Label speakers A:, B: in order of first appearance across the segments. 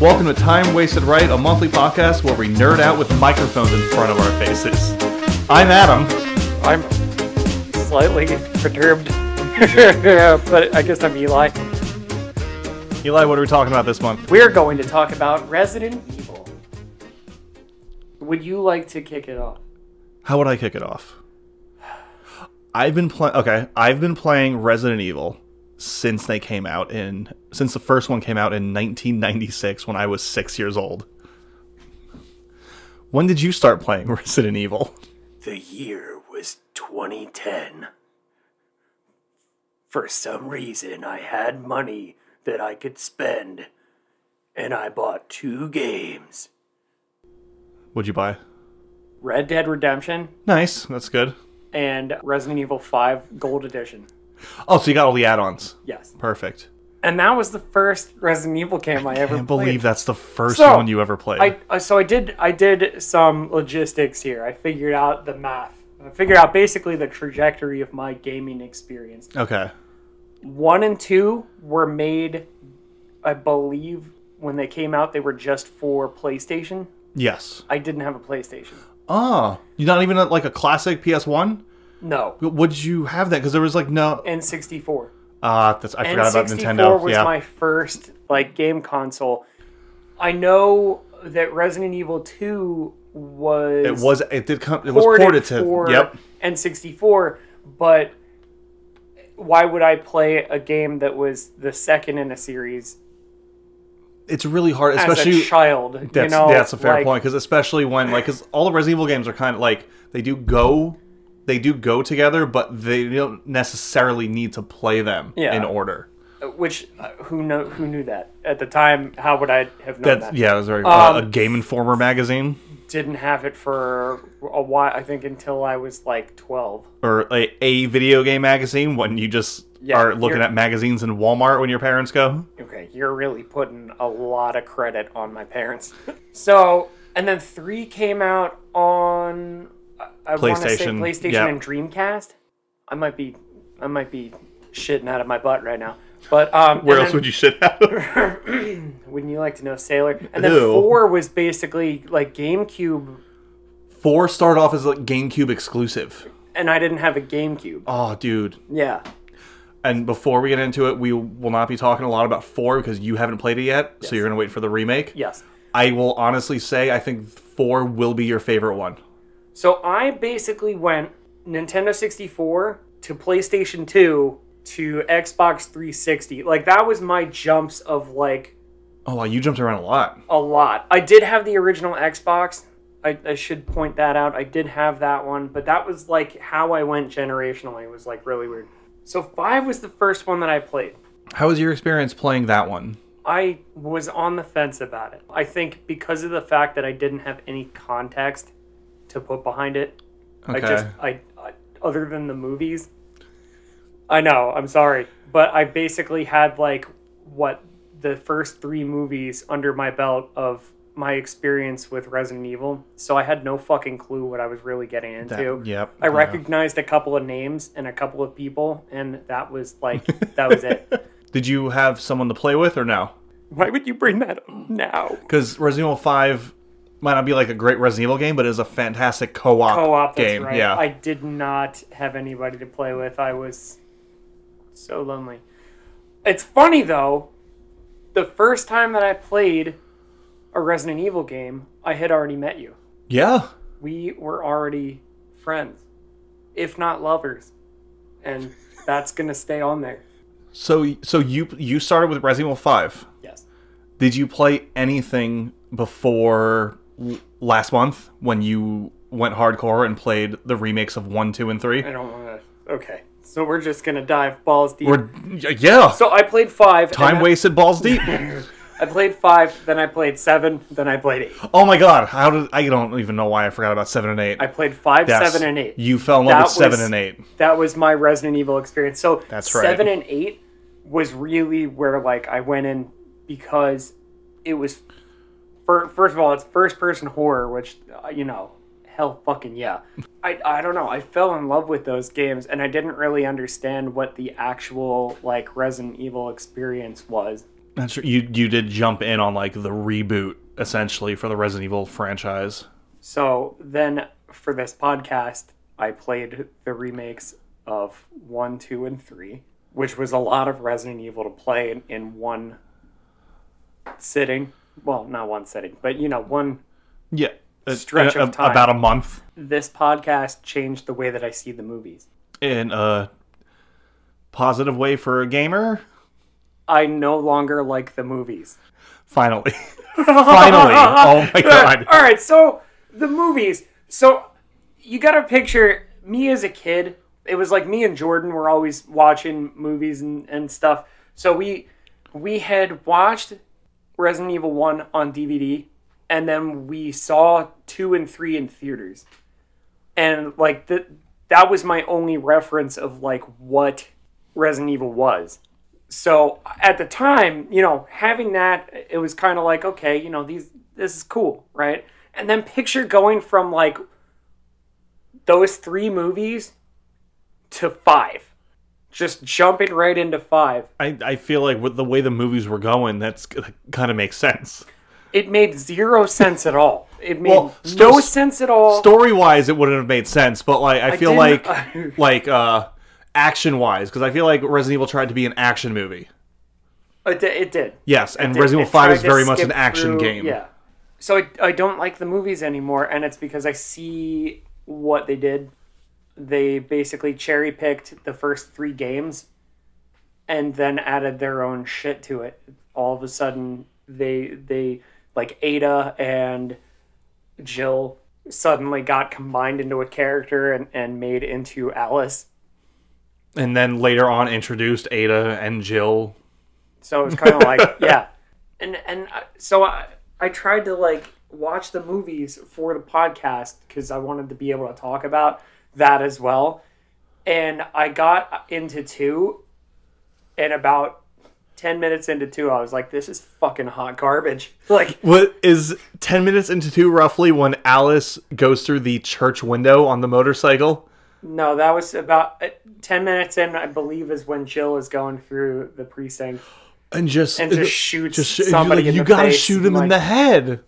A: Welcome to Time Wasted Right, a monthly podcast where we nerd out with microphones in front of our faces. I'm Adam.
B: I'm slightly perturbed, but I guess I'm Eli.
A: Eli, what are we talking about this month?
B: We're going to talk about Resident Evil. Would you like to kick it off?
A: How would I kick it off? I've been playing. Okay, I've been playing Resident Evil since they came out in since the first one came out in 1996 when I was six years old. When did you start playing Resident Evil?
C: The year was 2010. For some reason, I had money that I could spend, and I bought two games.
A: What'd you buy?
B: Red Dead Redemption
A: Nice, that's good.
B: and Resident Evil 5 Gold Edition.
A: Oh, so you got all the add-ons.
B: Yes.
A: Perfect.
B: And that was the first Resident Evil game I ever
A: can't
B: played.
A: believe that's the first
B: So,
A: one you ever played.
B: I uh, so I did I did some logistics here. I figured out the math. I figured out basically the trajectory of my gaming experience.
A: okay.
B: One and two were made, I believe, when they came out. They were just for PlayStation.
A: Yes.
B: I didn't have a PlayStation.
A: Oh, you're not even at, like a classic PS1?
B: No,
A: But Would you have that? Because there was like no.
B: N64.
A: Ah, that's I forgot about
B: N64
A: Nintendo.
B: was
A: yeah.
B: my first like game console. I know that Resident Evil 2 was
A: it was. It did come. It was ported to.
B: for
A: Yep.
B: N64, but why would I play a game that was the second in a series
A: It's really hard,
B: as
A: especially.
B: a child?
A: that's,
B: you know,
A: that's a fair
B: like,
A: point because especially when like because all the Resident Evil games are kind of like they do go, they do go together, but they don't necessarily need to play them
B: Yeah.
A: in order.
B: Which uh, who know who knew that at the time? How would I have known
A: That's
B: that?
A: yeah. It was very uh,
B: Um,
A: a Game Informer magazine.
B: Didn't have it for a while. I think until I was like twelve.
A: or a, a video game magazine when you just
B: Yeah,
A: are looking
B: you're-
A: at magazines in Walmart when your parents go.
B: Okay, you're really putting a lot of credit on my parents. so, and then three came out on I- I want to say
A: PlayStation,
B: PlayStation
A: yeah.
B: and Dreamcast. I might be I might be shitting out of my butt right now. But um,
A: Where else would you shit out?
B: Wouldn't you like to know, Sailor? And then
A: Ew.
B: four was basically like GameCube,
A: Four started off as like GameCube exclusive.
B: and I didn't have a GameCube.
A: Oh, dude.
B: Yeah,
A: And before we get into it, we will not be talking a lot about four because you haven't played it yet, so you're gonna wait for the remake.
B: yes.
A: I will honestly say I think four will be your favorite one.
B: So I basically went Nintendo 64 to PlayStation 2 to Xbox 360. Like that was my jumps of like
A: Oh wow, you jumped around a lot.
B: a lot. I did have the original Xbox. I, I should point that out. I did have that one, but that was like how I went generationally. It was like really weird. So five was the first one that I played.
A: How was your experience playing that one?
B: I was on the fence about it. I think because of the fact that I didn't have any context to put behind it,
A: Okay.
B: I just I, I other than the movies. I know, I'm sorry, but I basically had like what the first 3 movies under my belt of my experience with Resident Evil, so I had no fucking clue what I was really getting
A: That-
B: into.
A: Yep.
B: I
A: yeah.
B: recognized a couple of names and a couple of people and that was like that was it.
A: Did you have someone to play with or no?
B: Why would you bring that up now?
A: because Resident Evil Five might not be like a great Resident Evil game, but it is a fantastic co-op,
B: co-op that's
A: game.
B: Oh, right
A: Yeah,
B: i did not have anybody to play with i was so lonely it's funny though the first time that i played a resident evil game i had already met you
A: yeah.
B: we were already friends if not lovers and that's gonna stay on there
A: So, so you you started with Resident Evil Five.
B: yes
A: Did you play anything before l- last month when you went hardcore and played the remakes of one, two, and three?
B: i don't want to okay so we're just gonna dive balls deep
A: Or y- yeah,
B: so i played five and
A: time
B: I-
A: wasted balls deep.
B: i played five then i played seven then i played eight
A: oh my god, how did I don't even know why I forgot about seven and eight.
B: i played five
A: Yes.
B: seven and eight
A: You fell in love
B: That
A: with seven
B: was-
A: and eight.
B: that was my Resident Evil experience. So
A: That's right.
B: seven and eight was really where like I went in because it was fir- first of all it's first person horror, which uh, you know hell fucking yeah. I I don't know. I fell in love with those games and I didn't really understand what the actual like Resident Evil experience was.
A: That's true. You you did jump in on like the reboot essentially for the Resident Evil franchise.
B: So then for this podcast, I played the remakes of 1, 2, and 3, which was a lot of Resident Evil to play in, in one sitting. Well, not one sitting, but you know, one.
A: Yeah, a-
B: Stretch
A: a-
B: of time.
A: about a month
B: This podcast changed the way that I see the movies.
A: in a positive way for a gamer.
B: I no longer like the movies.
A: Finally, finally! Oh my god!
B: All right, so the movies. So you got to picture me as a kid. It was like me and Jordan were always watching movies and, and stuff. So we we had watched Resident Evil 1 on DVD and then we saw 2 and 3 in theaters. And like the, that was my only reference of like what Resident Evil was so at the time, you know, having that, it was kind of like, okay, you know, these this is cool, right? And then picture going from like those three movies to five, just jumping right into five.
A: I, I feel like with the way the movies were going, that's kind of makes sense.
B: It made zero sense at all. It made
A: Well, sto-
B: no sense at all.
A: Story wise, it wouldn't have made sense, but like I feel like
B: didn't-
A: like uh action wise, because I feel like Resident Evil tried to be an action movie.
B: it, di- it did.
A: Yes, and
B: It-
A: Resident Evil
B: it
A: Five
B: tried
A: is
B: to
A: very much
B: skip
A: an action
B: through-
A: game.
B: Yeah. So I, I don't like the movies anymore, and it's because I see what they did. They basically cherry picked the first three games and then added their own shit to it. All of a sudden, they they like Ada and Jill suddenly got combined into a character and, and made into Alice.
A: and then later on introduced Ada and Jill.
B: So it was kind of like, yeah. And and I- so I I tried to like watch the movies for the podcast because I wanted to be able to talk about that as well. And I got into two, and about ten minutes into two, I was like, "This is fucking hot garbage." Like,
A: What is ten minutes into two roughly when Alice goes through the church window on the motorcycle?
B: no, that was about uh, ten minutes in. I believe is when Jill is going through the precinct.
A: And just
B: And just shoots
A: shoot- you're
B: somebody
A: like,
B: in
A: you
B: the
A: gotta
B: face,
A: shoot him in
B: like-
A: the head.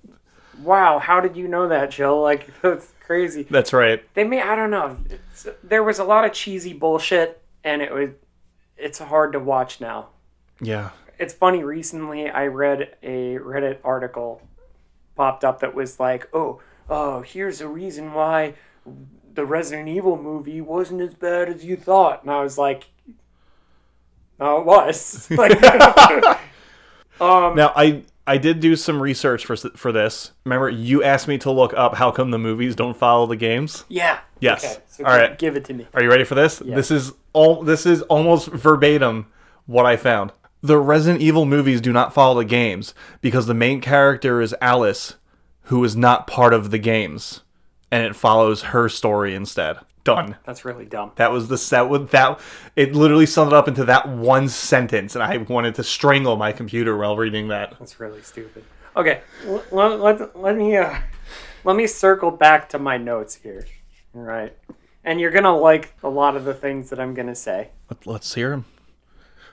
B: Wow, how did you know that, Jill? Like, that's crazy.
A: That's right.
B: they may i don't know it's, there was a lot of cheesy bullshit and it was it's hard to watch now
A: Yeah.
B: it's funny recently i read a reddit article popped up that was like oh oh here's a reason why the resident evil movie wasn't as bad as you thought and i was like no it was like
A: Now I I did do some research for s- for this. Remember, you asked me to look up how come the movies don't follow the games.
B: yeah
A: Yes.
B: okay so
A: All
B: gi-
A: right.
B: give it to me
A: Are you ready for this? This is all. This is almost verbatim what I found. The Resident Evil movies do not follow the games because the main character is Alice, who is not part of the games, and it follows her story instead. Done.
B: that's really dumb
A: That was the set with that. It literally summed it up into that one sentence, and I wanted to strangle my computer while reading that.
B: That's really stupid. Okay, l- l- let, let me uh, let me circle back to my notes here. All right, and you're gonna like a lot of the things that I'm gonna say.
A: Let- Let's hear him.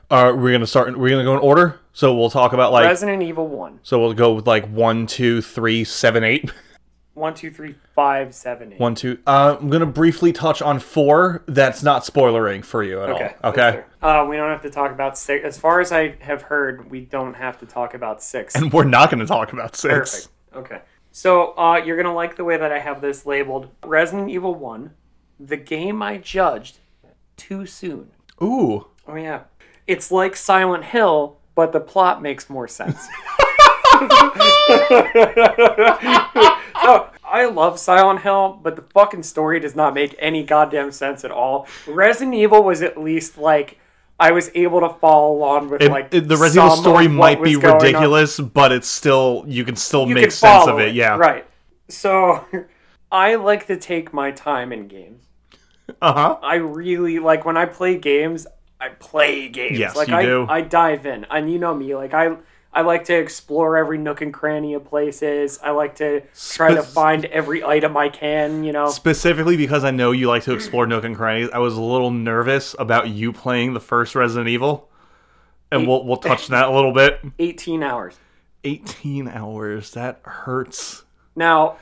A: All right, we're gonna start. We're gonna go in order. So we'll talk about like.
B: Resident Evil one,
A: so we'll go with like one, two, three, seven, eight.
B: one, two, three, five, seven, eight.
A: One, two. Uh, I'm gonna briefly touch on four. That's not spoilering for you at
B: Okay.
A: all. Okay.
B: Uh, we don't have to talk about six. As far as I have heard, we don't have to talk about six.
A: And we're not gonna talk about six.
B: Perfect. Okay. So uh, you're gonna like the way that I have this labeled. Resident Evil one, the game I judged too soon.
A: Ooh.
B: Oh yeah. It's like Silent Hill, but the plot makes more sense. No, Oh, I love Silent Hill, but the fucking story does not make any goddamn sense at all. Resident Evil was at least like I was able to follow along with
A: It-
B: like
A: it- the Resident Evil
B: some
A: story
B: of what
A: might be
B: was going on.
A: ridiculous, but it's still you can still
B: You
A: make
B: can
A: sense of
B: follow
A: it. Yeah.
B: Right. So I like to take my time in games.
A: Uh huh.
B: I really like when I play games. I play games.
A: Yes,
B: like
A: you
B: I,
A: do.
B: I dive in, and you know me. Like I, I like to explore every nook and cranny of places. I like to try to
A: Spec-
B: find every item I can. You know,
A: Specifically because I know you like to explore nook and crannies, I was a little nervous about you playing the first Resident Evil. and we'll we'll touch that a little bit.
B: 18 hours.
A: 18 hours. That hurts.
B: Now,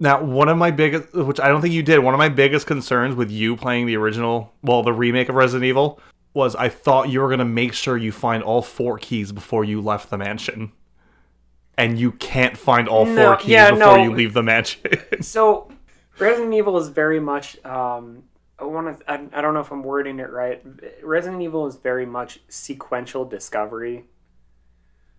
A: Now, one of my biggest, which I don't think you did, one of my biggest concerns with you playing the original, well, the remake of Resident Evil, was I thought you were going to make sure you find all four keys before you left the mansion. And you can't find all
B: No,
A: four keys
B: yeah,
A: before
B: no.
A: you leave the mansion.
B: so Resident Evil is very much. Um, I want to. I, I don't know if I'm wording it right. Resident Evil is very much sequential discovery.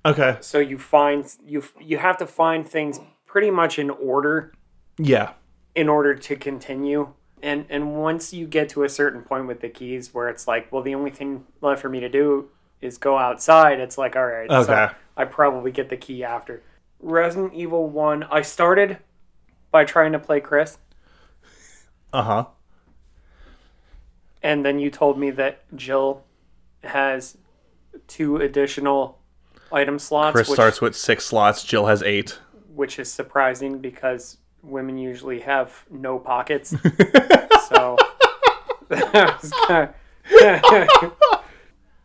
A: okay.
B: So you find you you have to find things pretty much in order
A: Yeah.
B: in order to continue. And and once you get to a certain point with the keys where it's like, well, the only thing left for me to do is go outside. It's like, all right, so
A: Okay.
B: I probably get the key after Resident Evil One. I started by trying to play Chris,
A: Uh huh.
B: and then you told me that Jill has two additional item slots,
A: Chris
B: which,
A: starts with six slots, Jill has eight.
B: which is surprising because women usually have no pockets. so that was kinda-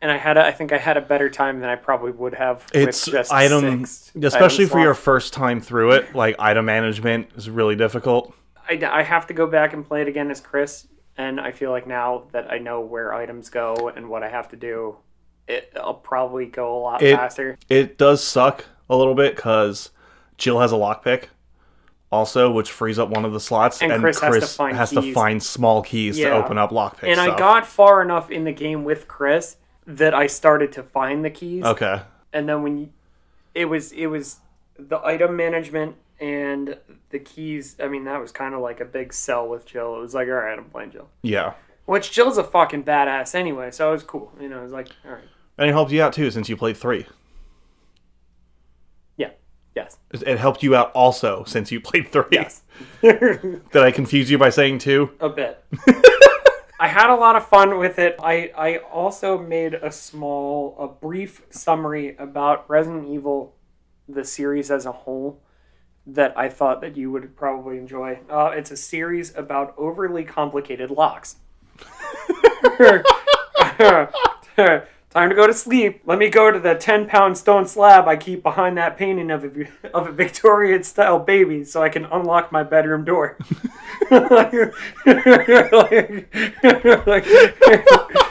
B: and I had a, I think I had a better time than I probably would have
A: It's
B: with just
A: item,
B: six
A: especially
B: item
A: for your
B: slots.
A: first time through it, like item management is really difficult.
B: I, I have to go back and play it again as Chris, and I feel like now that I know where items go and what I have to do, it, I'll probably go a lot
A: It-
B: faster.
A: It does suck a little bit because Jill has a lockpick, also, which frees up one of the slots,
B: And
A: and,
B: Chris
A: Chris,
B: has to find
A: has to
B: keys.
A: find small keys
B: Yeah.
A: to open up lockpick.
B: And I
A: stuff.
B: got far enough in the game with Chris that I started to find the keys.
A: okay.
B: and then when you, it was it was the item management and the keys i mean that was kind of like a big sell with jill it was like all right i'm playing jill
A: Yeah,
B: which jill's a fucking badass anyway so it was cool you know it was like all right
A: and it helped you out too since you played three.
B: yeah yes
A: It it helped you out also since you played three.
B: yes
A: Did I confuse you by saying two?
B: a bit i had a lot of fun with it i i also made a small a brief summary about resident evil the series as a whole that I thought that you would probably enjoy. Uh, it's a series about overly complicated locks. Time to go to sleep. Let me go to the ten pound stone slab I keep behind that painting of a of a Victorian style baby, so I can unlock my bedroom door.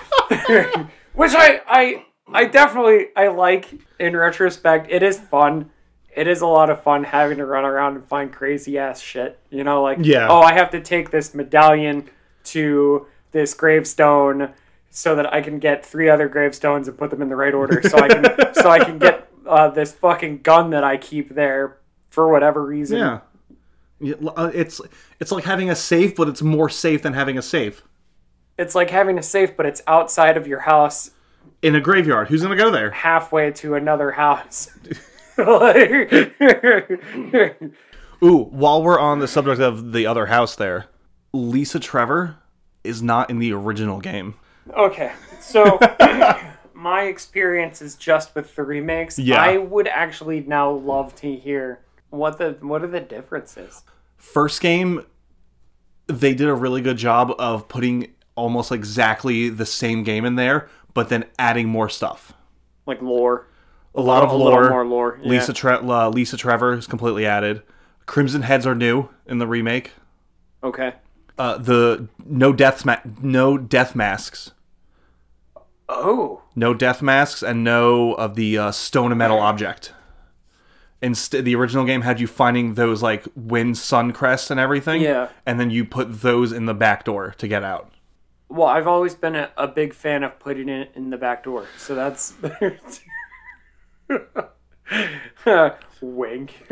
B: which I, I I definitely I like in retrospect. It is fun. It is a lot of fun having to run around and find crazy ass shit. You know, like
A: Yeah.
B: oh, I have to take this medallion to this gravestone so that I can get three other gravestones and put them in the right order, so I can so I can get uh, this fucking gun that I keep there for whatever reason.
A: Yeah. Yeah, l- uh, It's it's like having a safe, but it's more safe than having a safe
B: It's like having a safe, but it's outside of your house
A: in a graveyard. Who's gonna go there?
B: halfway to another house. Like-
A: Ooh, while we're on the subject of the other house there, Lisa Trevor is not in the original game.
B: okay, so my experience is just with the remakes.
A: Yeah.
B: I would actually now love to hear what the what are the differences.
A: First game, they did a really good job of putting almost exactly the same game in there, but then adding more stuff.
B: Like lore,
A: A lot of
B: a little
A: lore.
B: more lore. yeah.
A: Lisa, Tre- uh, Lisa Trevor is completely added. Crimson Heads are new in the remake.
B: Okay.
A: Uh, the no death ma- no death masks,
B: Oh,
A: no death masks, and no of the uh, stone and metal object. Instead, the original game had you finding those like wind sun crests and everything,
B: Yeah.
A: and then you put those in the back door to get out.
B: well, I've always been a, a big fan of putting it in the back door, so that's wink.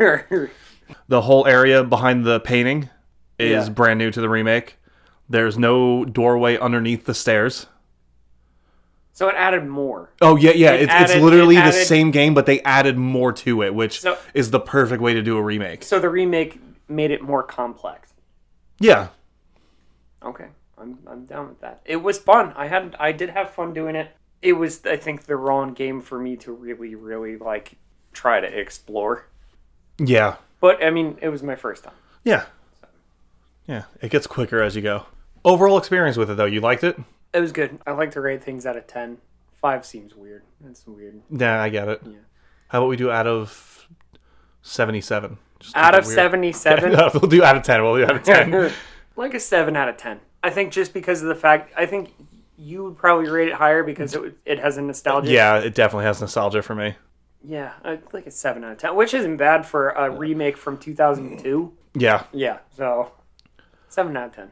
A: The whole area behind the painting is
B: Yeah.
A: brand new to the remake. There's no doorway underneath the stairs.
B: so it added more.
A: Oh yeah, yeah. It's,
B: added-
A: it's literally
B: it
A: the
B: added-
A: same game, but they added more to it, which
B: So-
A: is the perfect way to do a remake.
B: So the remake made it more complex.
A: Yeah,
B: Okay, I'm I'm down with that. It was fun. I had I did have fun doing it. It was I think the wrong game for me to really really like try to explore.
A: yeah,
B: But I mean, it was my first time.
A: yeah, yeah. It gets quicker as you go. Overall experience with it, though, you liked it.
B: It was good. I like to rate things out of ten Five seems weird. That's weird.
A: Yeah, I get it.
B: Yeah.
A: How about we do out of seventy-seven? Just
B: Out
A: keep
B: of
A: it weird.
B: seventy-seven,
A: No, we'll do out of ten. We'll do out of ten.
B: like a seven out of ten. I think just because of the fact, I think you would probably rate it higher because it would- it has a nostalgia.
A: yeah, it definitely has nostalgia for me.
B: yeah, I like a seven out of ten, which isn't bad for a remake from two thousand two.
A: Yeah,
B: Yeah, so seven out of ten.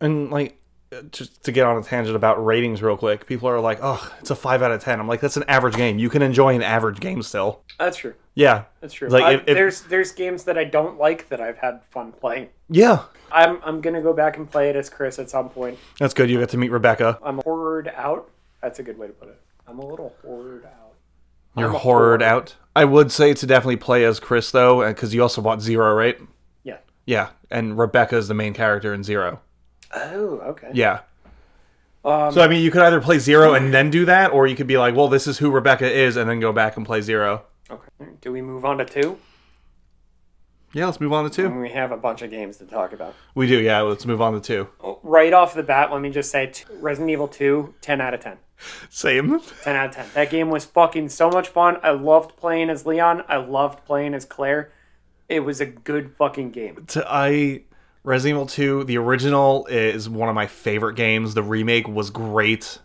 A: and like uh, just to get on a tangent about ratings real quick, people are like, "Oh, it's a five out of 10. I'm like, "That's an average game. You can enjoy an average game still."
B: That's true.
A: Yeah,
B: That's true.
A: Like,
B: I-
A: if- if-
B: there's there's games that I don't like that I've had fun playing.
A: yeah,
B: I'm I'm gonna go back and play it as Chris at some point.
A: that's good. You get to meet Rebecca.
B: I'm horrored out. That's a good way to put it. I'm a little horrored out.
A: You're
B: I'm a
A: horrored out. I would say to definitely play as Chris though, because you also bought Zero, right?
B: Yeah.
A: Yeah, and Rebecca is the main character in Zero.
B: Oh, okay.
A: Yeah.
B: Um,
A: so I mean, you could either play Zero and then do that, or you could be like, "Well, this is who Rebecca is," and then go back and play Zero.
B: Okay. Do we move on to two?
A: Yeah, let's move on to two.
B: We have a bunch of games to talk about.
A: We do. Yeah, let's move on to two.
B: Oh, Right off the bat, let me just say t- Resident Evil 2, 10 out of 10.
A: Same.
B: 10 out of 10. That game was fucking so much fun. I loved playing as Leon. I loved playing as Claire. It was a good fucking game.
A: to, I Resident Evil 2, the original is one of my favorite games. The remake was great.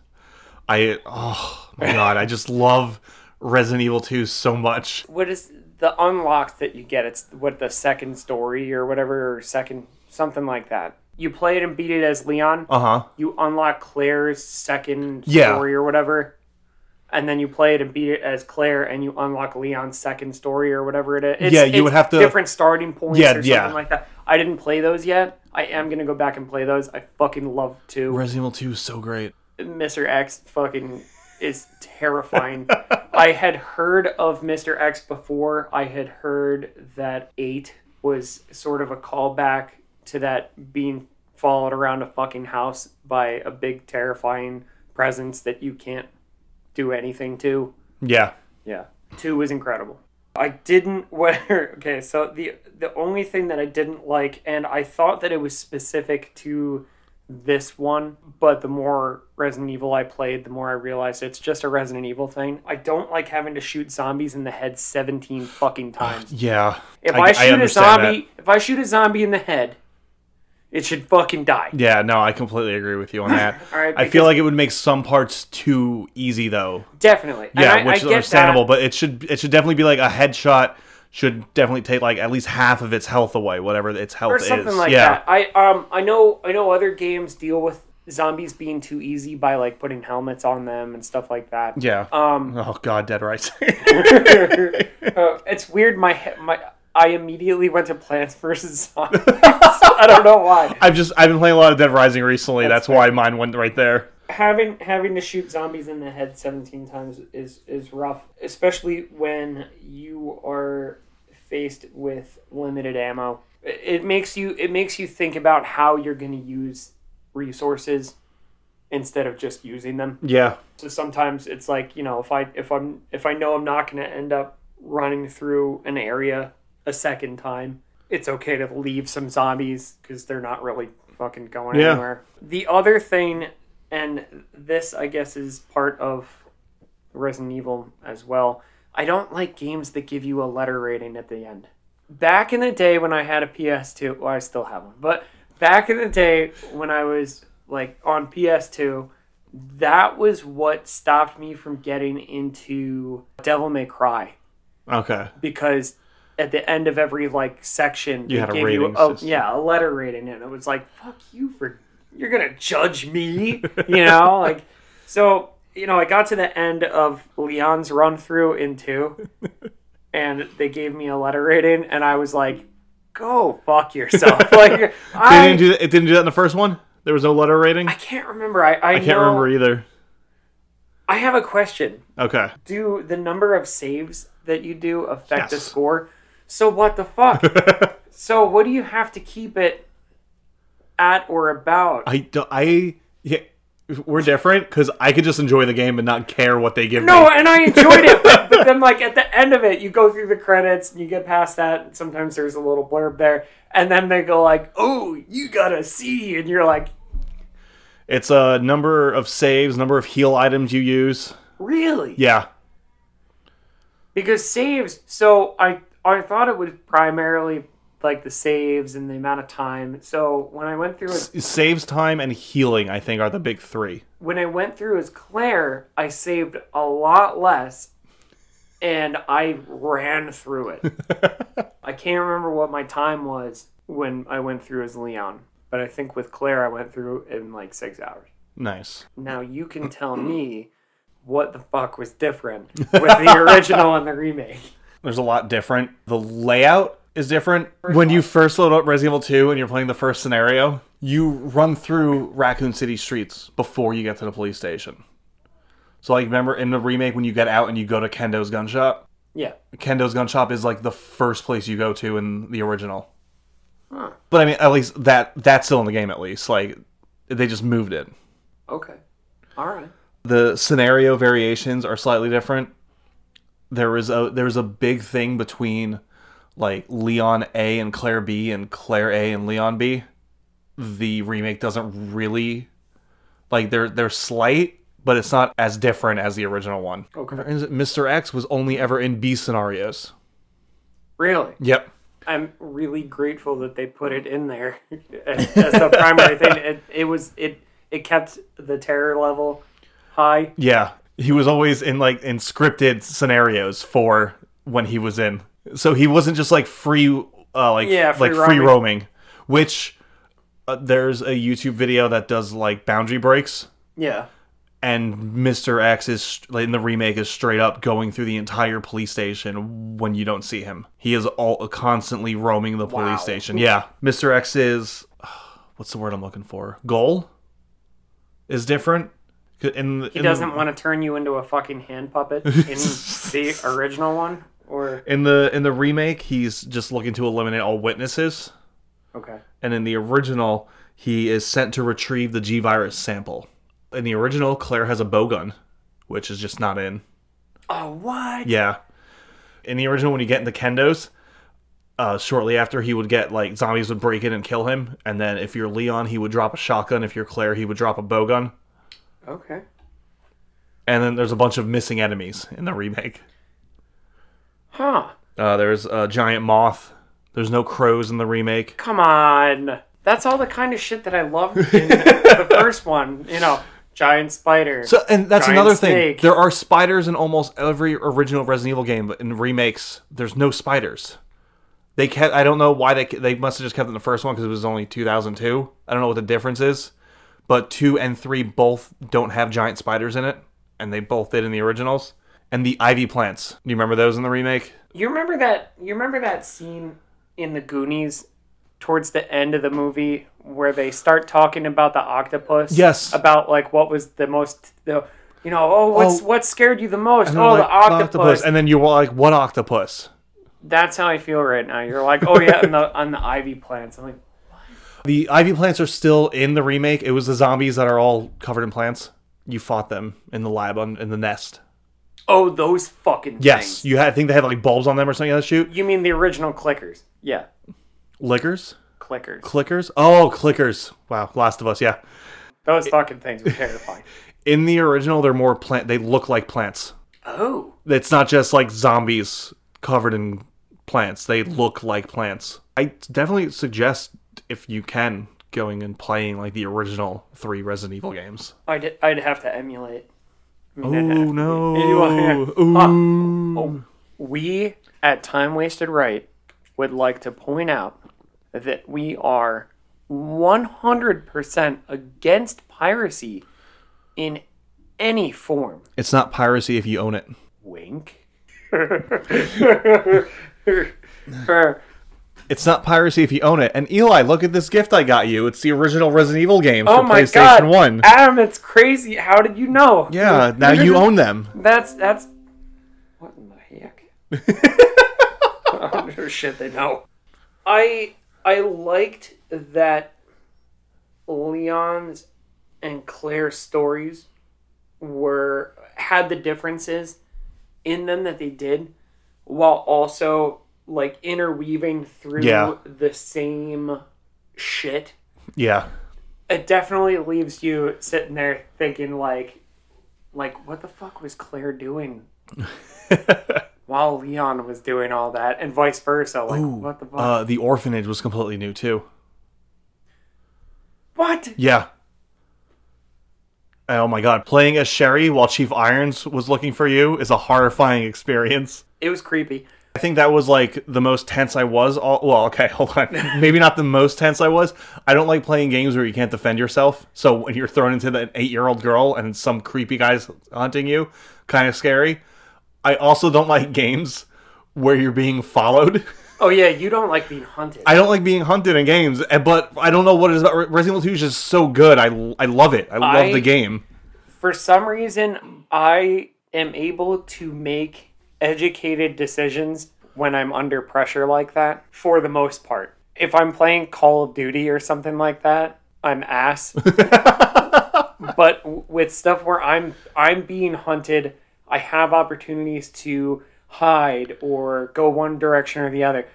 A: I oh my god, I just love Resident Evil 2 so much.
B: What is the unlocks that you get? It's what the second story or whatever, or second, something like that. You play it and beat it as Leon.
A: Uh-huh.
B: you unlock Claire's second
A: Yeah.
B: story or whatever, and then you play it and beat it as Claire, and you unlock Leon's second story or whatever it is. It's,
A: Yeah, you would
B: it's
A: have to-
B: different starting points
A: Yeah,
B: or something
A: yeah.
B: like that. I didn't play those yet. I am gonna go back and play those. I fucking love to.
A: Resident Evil 2 is so great.
B: Mr. X fucking is terrifying. I had heard of Mr. X before. I had heard that eight was sort of a callback to that being followed around a fucking house by a big terrifying presence that you can't do anything to.
A: Yeah.
B: Yeah. Two was incredible. I didn't where okay, so the the only thing that I didn't like and I thought that it was specific to this one, but the more Resident Evil I played, the more I realized it's just a Resident Evil thing. I don't like having to shoot zombies in the head 17 fucking times.
A: Yeah.
B: If I, shoot a
A: understand
B: zombie, if I shoot a zombie in the head, it should fucking die.
A: that. Yeah, no, I completely agree with you on that.
B: All right,
A: I feel like it would make some parts too easy though.
B: Definitely. And
A: Yeah,
B: I- I
A: which is
B: get that.
A: understandable, but it should it should definitely be like a headshot should definitely take like at least half of its health away, whatever its health
B: or something
A: is.
B: like
A: yeah.
B: that. I um I know I know other games deal with zombies being too easy by like putting helmets on them and stuff like that.
A: Yeah.
B: Um,
A: Oh God, Dead Rising.
B: uh, it's weird. My he- my I immediately went to Plants vs Zombies. I don't know why.
A: I've just I've been playing a lot of Dead Rising recently. That's, why mine went right there.
B: Having having to shoot zombies in the head seventeen times is is rough, especially when you are faced with limited ammo. It it makes you it makes you think about how you're going to use resources instead of just using them.
A: Yeah.
B: So sometimes it's like you know if I if I'm if I know I'm not going to end up running through an area a second time, it's okay to leave some zombies because they're not really fucking going
A: Yeah.
B: anywhere. The other thing, and this I guess is part of Resident Evil as well. I don't like games that give you a letter rating at the end. Back in the day when I had a PS2, well, I still have one, but back in the day when I was like on PS2, that was what stopped me from getting into Devil May Cry
A: Okay.
B: because at the end of every like section,
A: You
B: they
A: had a
B: gave you
A: rating
B: oh
A: system.
B: yeah a letter rating, and it was like fuck you for you're gonna judge me, you know like so you know I got to the end of Leon's run through in two, and they gave me a letter rating, and I was like. Go fuck yourself! Like
A: They
B: I,
A: didn't do that, it. Didn't do that in the first one. There was no letter rating.
B: I can't remember. I I,
A: I can't
B: know-
A: remember e- either.
B: I have a question.
A: Okay.
B: do the number of saves that you do affect the
A: Yes.
B: score? So what the fuck? so what do you have to keep it at or about?
A: I do, I yeah. We're different because I could just enjoy the game and not care what they give me.
B: no, and I enjoyed it, but, but then like at the end of it, you go through the credits and you get past that. And sometimes there's a little blurb there, and then they go like, "Oh, you got a C," and you're like,
A: It's a number of saves, number of heal items you use.
B: Really?
A: Yeah.
B: Because saves, so I I thought it was primarily like the saves and the amount of time. So when I went through it,
A: S- saves time and healing, I think, are the big three.
B: when I went through as Claire, I saved a lot less and I ran through it. I can't remember what my time was when I went through as Leon, but I think with Claire, I went through in like six hours.
A: Nice.
B: Now you can tell me what the fuck was different with the original and the remake.
A: There's a lot different. The layout is different. When you first load up Resident Evil 2 and you're playing the first scenario, you run through Raccoon City streets before you get to the police station. So, like, remember in the remake when you get out and you go to Kendo's gun shop?
B: Yeah.
A: Kendo's gun shop is like the first place you go to in the original. But I mean, at least that that's still in the game. At least like they just moved it.
B: Okay. All right.
A: the scenario variations are slightly different. There was a there was a big thing between like Leon A and Claire B and Claire A and Leon B. The remake doesn't really like they're they're slight, but it's not as different as the original one.
B: Okay.
A: Mr. X was only ever in B scenarios.
B: Really?
A: Yep.
B: I'm really grateful that they put it in there as, as the primary thing. It, it was it it kept the terror level high.
A: Yeah, he was always in like in scripted scenarios for when he was in. So he wasn't just like free, uh, like
B: Yeah, free
A: like free
B: roaming.
A: roaming. Which uh, there's a YouTube video that does like boundary breaks,
B: Yeah.
A: and Mister X is like, in the remake is straight up going through the entire police station when you don't see him. He is all uh, constantly roaming the police
B: Wow.
A: station. Yeah, Mister X is what's the word I'm looking for? Goal is different. In,
B: He doesn't want to turn you into a fucking hand puppet in the original one or
A: In the in the remake, he's just looking to eliminate all witnesses,
B: okay.
A: and in the original, he is sent to retrieve the G virus sample. In the original, Claire has a bowgun, which is just not in.
B: Oh what?
A: Yeah. In the original, when you get into Kendo's, uh, shortly after he would get like zombies would break in and kill him, and then if you're Leon, he would drop a shotgun. If you're Claire, he would drop a bowgun.
B: Okay.
A: And then there's a bunch of missing enemies in the remake.
B: Huh.
A: Uh, there's a giant moth. There's no crows in the remake.
B: Come on. That's all the kind of shit that I loved in the first one. You know, giant spider.
A: So, and that's
B: Giant
A: another
B: snake.
A: thing. There are spiders in almost every original Resident Evil game, but in remakes, there's no spiders. They kept. I don't know why they they must have just kept it in the first one because it was only 2002. I don't know what the difference is, but two and three both don't have giant spiders in it, and they both did in the originals. And the ivy plants. Do you remember those in the remake?
B: You remember that? You remember that scene in the Goonies towards the end of the movie where they start talking about the octopus?
A: Yes.
B: About like what was the most the you know oh what's
A: Oh.
B: what scared you the most?
A: They're
B: Oh,
A: like,
B: the octopus.
A: And then you were like, "What octopus?"
B: That's how I feel right now. You're like oh yeah, on the on the ivy plants. I'm like
A: The ivy plants are still in the remake. It was the zombies that are all covered in plants. You fought them in the lab on in the nest.
B: oh those fucking
A: Yes,
B: things.
A: you had. I think they had like bulbs on them or something. That shoot
B: You mean the original clickers? Yeah,
A: lickers,
B: clickers.
A: clickers. Oh, clickers! Wow, Last of Us. Yeah,
B: those fucking things were terrifying.
A: in the original, they're more plant. They look like plants.
B: oh,
A: It's not just like zombies covered in plants. They look like plants. I definitely suggest if you can going and playing like the original three Resident Evil games.
B: I'd I'd have to emulate. I mean,
A: Oh
B: I'd have to-
A: no!
B: Anyway,
A: Ooh.
B: We at Time Wasted Right would like to point out that we are 100% against piracy in any form.
A: It's not piracy if you own it.
B: Wink. Er,
A: It's not piracy if you own it. And Eli, look at this gift I got you. It's the original Resident Evil game
B: oh
A: for
B: my
A: PlayStation
B: god.
A: One.
B: Adam, it's crazy. How did you know?
A: Yeah, now you own them.
B: That's that's what in the heck? oh no shit they know. I I liked that Leon's and Claire's stories were had the differences in them that they did while also like interweaving through
A: Yeah.
B: the same shit
A: Yeah.
B: it definitely leaves you sitting there thinking like Like, what the fuck was Claire doing while Leon was doing all that, and vice versa? Like,
A: Ooh,
B: what the fuck?
A: uh, the orphanage was completely new too.
B: what?
A: Yeah. Oh my god, playing as Sherry while Chief Irons was looking for you is a horrifying experience.
B: It was creepy.
A: I think that was like the most tense I was. All well, okay, hold on. Maybe not the most tense I was. I don't like playing games where you can't defend yourself. So when you're thrown into that eight-year-old girl and some creepy guys hunting you, kind of scary. I also don't like games where you're being followed.
B: Oh yeah, you don't like being hunted.
A: I don't like being hunted in games, eh, but I don't know what it is about. Re- Resident Evil 2 is just so good. I, I love it. I love
B: I-
A: the game.
B: For some reason, I am able to make educated decisions when I'm under pressure like that. For the most part, if I'm playing Call of Duty or something like that, I'm ass. but w- with stuff where I'm I'm being hunted, I have opportunities to hide or go one direction or the other.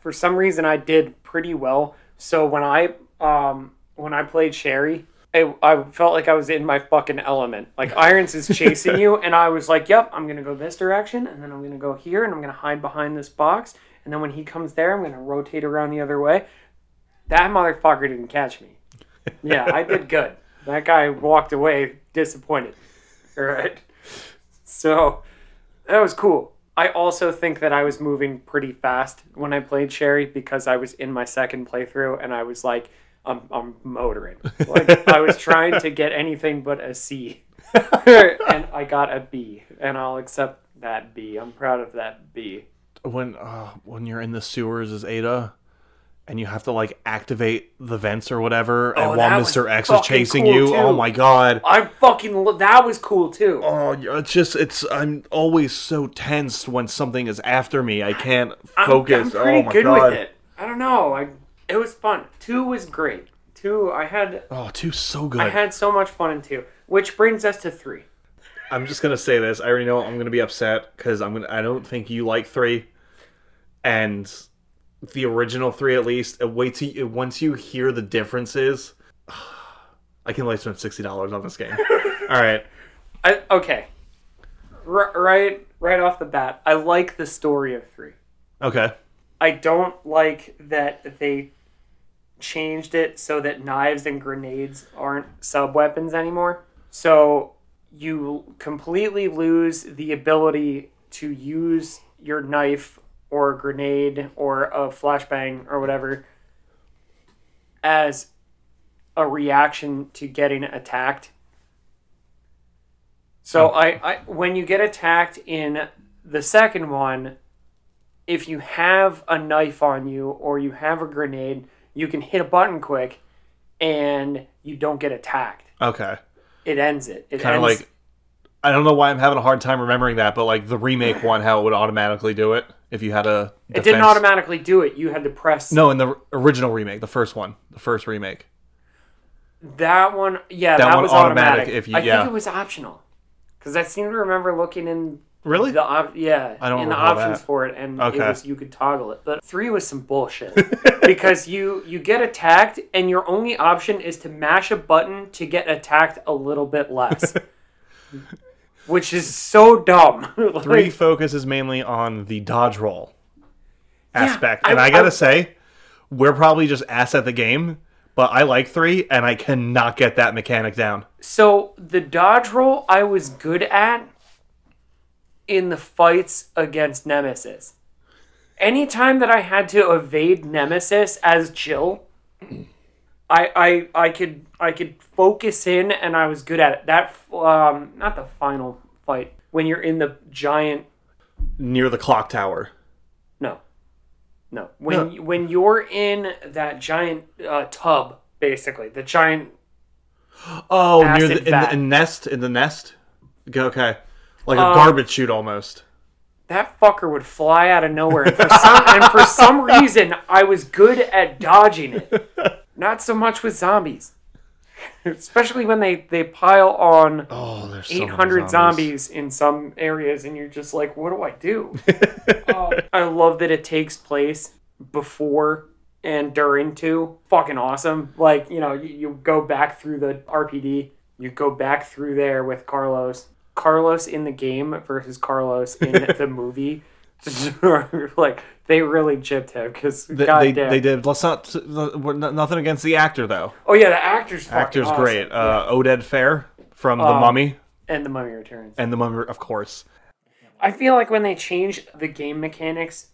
B: For some reason, I did pretty well. So when I um, when I played Sherry, I, I felt like I was in my fucking element. Like Irons is chasing you, and I was like, "Yep, I'm gonna go this direction, and then I'm gonna go here, and I'm gonna hide behind this box, and then when he comes there, I'm gonna rotate around the other way." That motherfucker didn't catch me. Yeah, I did good. That guy walked away disappointed. All right. So that was cool. I also think that I was moving pretty fast when I played Sherry because I was in my second playthrough and I was like, I'm, I'm motoring. Like, I was trying to get anything but a C. and I got a B. And I'll accept that B. I'm proud of that B.
A: when uh, when you're in the sewers as Ada, and you have to like activate the vents or whatever,
B: Oh,
A: and while
B: that was
A: Mister X is
B: fucking
A: chasing
B: cool,
A: you,
B: too.
A: oh my god!
B: I fucking, lo- that was cool too.
A: Oh, yeah, it's just it's I'm always so tense when something is after me. I can't
B: I'm-
A: focus.
B: I'm pretty
A: oh my
B: good
A: god!
B: with it. I don't know. I it was fun. Two was great. Two, I had
A: Oh, two's so good.
B: I had so much fun in two, which brings us to three.
A: I'm just gonna say this. I already know I'm gonna be upset because I'm gonna. I don't think you like three, and the original three at least. uh, Wait till you, once you hear the differences. I can like spend sixty dollars on this game. All right.
B: I, okay, R- right, right off the bat, I like the story of three.
A: Okay.
B: I don't like that they changed it so that knives and grenades aren't sub weapons anymore. So you completely lose the ability to use your knife or grenade or a flashbang or whatever as a reaction to getting attacked. So I, I when you get attacked in the second one, if you have a knife on you or you have a grenade, you can hit a button quick and you don't get attacked.
A: Okay.
B: It ends it. It
A: Kind of
B: ends
A: like. I don't know why I'm having a hard time remembering that, but like the remake one, how it would automatically do it if you had a.
B: it didn't
A: defense-
B: automatically do it. You had to press
A: No, in the original remake, the first one, the first remake.
B: that one. Yeah, that,
A: That one
B: was automatic.
A: automatic if you-
B: I
A: yeah.
B: think it was optional because I seem to remember looking in
A: Really?
B: the op- yeah
A: I don't
B: in the
A: recall
B: options
A: that.
B: for it, and it
A: Okay.
B: was you could toggle it. But three was some bullshit because you you get attacked, and your only option is to mash a button to get attacked a little bit less, which is so dumb. Like,
A: three focuses mainly on the dodge roll aspect,
B: I-
A: and I,
B: I-
A: gotta say, we're probably just ass at the game. But I like three, and I cannot get that mechanic down.
B: So the dodge roll I was good at in the fights against Nemesis. Anytime that I had to evade Nemesis as Jill, I I I could I could focus in and I was good at it. That um not the final fight when you're in the giant
A: Near the clock tower,
B: no. No. When
A: No.
B: you- when you're in that giant uh, tub basically, the giant
A: oh, near
B: Acid
A: the in, the
B: vat.
A: in nest in the nest. Go- Okay, like a garbage chute almost.
B: that fucker would fly out of nowhere. And for some, and for some reason, I was good at dodging it. Not so much with zombies, especially when they they pile on
A: Oh, there's so many
B: 800 zombies. in some areas and you're just like what do i do um, i love that it takes place before and during two fucking awesome like you know you, you go back through the rpd You go back through there with Carlos. Carlos in the game versus Carlos in the movie. like they really gypped him because
A: They, they,
B: goddamn.
A: they did. Let's not. we're not- Nothing against the actor though.
B: Oh yeah, the actor's fucking
A: Actor's
B: awesome.
A: great. Uh, Oded Fair from The Mummy
B: and the Mummy Returns.
A: and The Mummy, of course.
B: I feel like when they change the game mechanics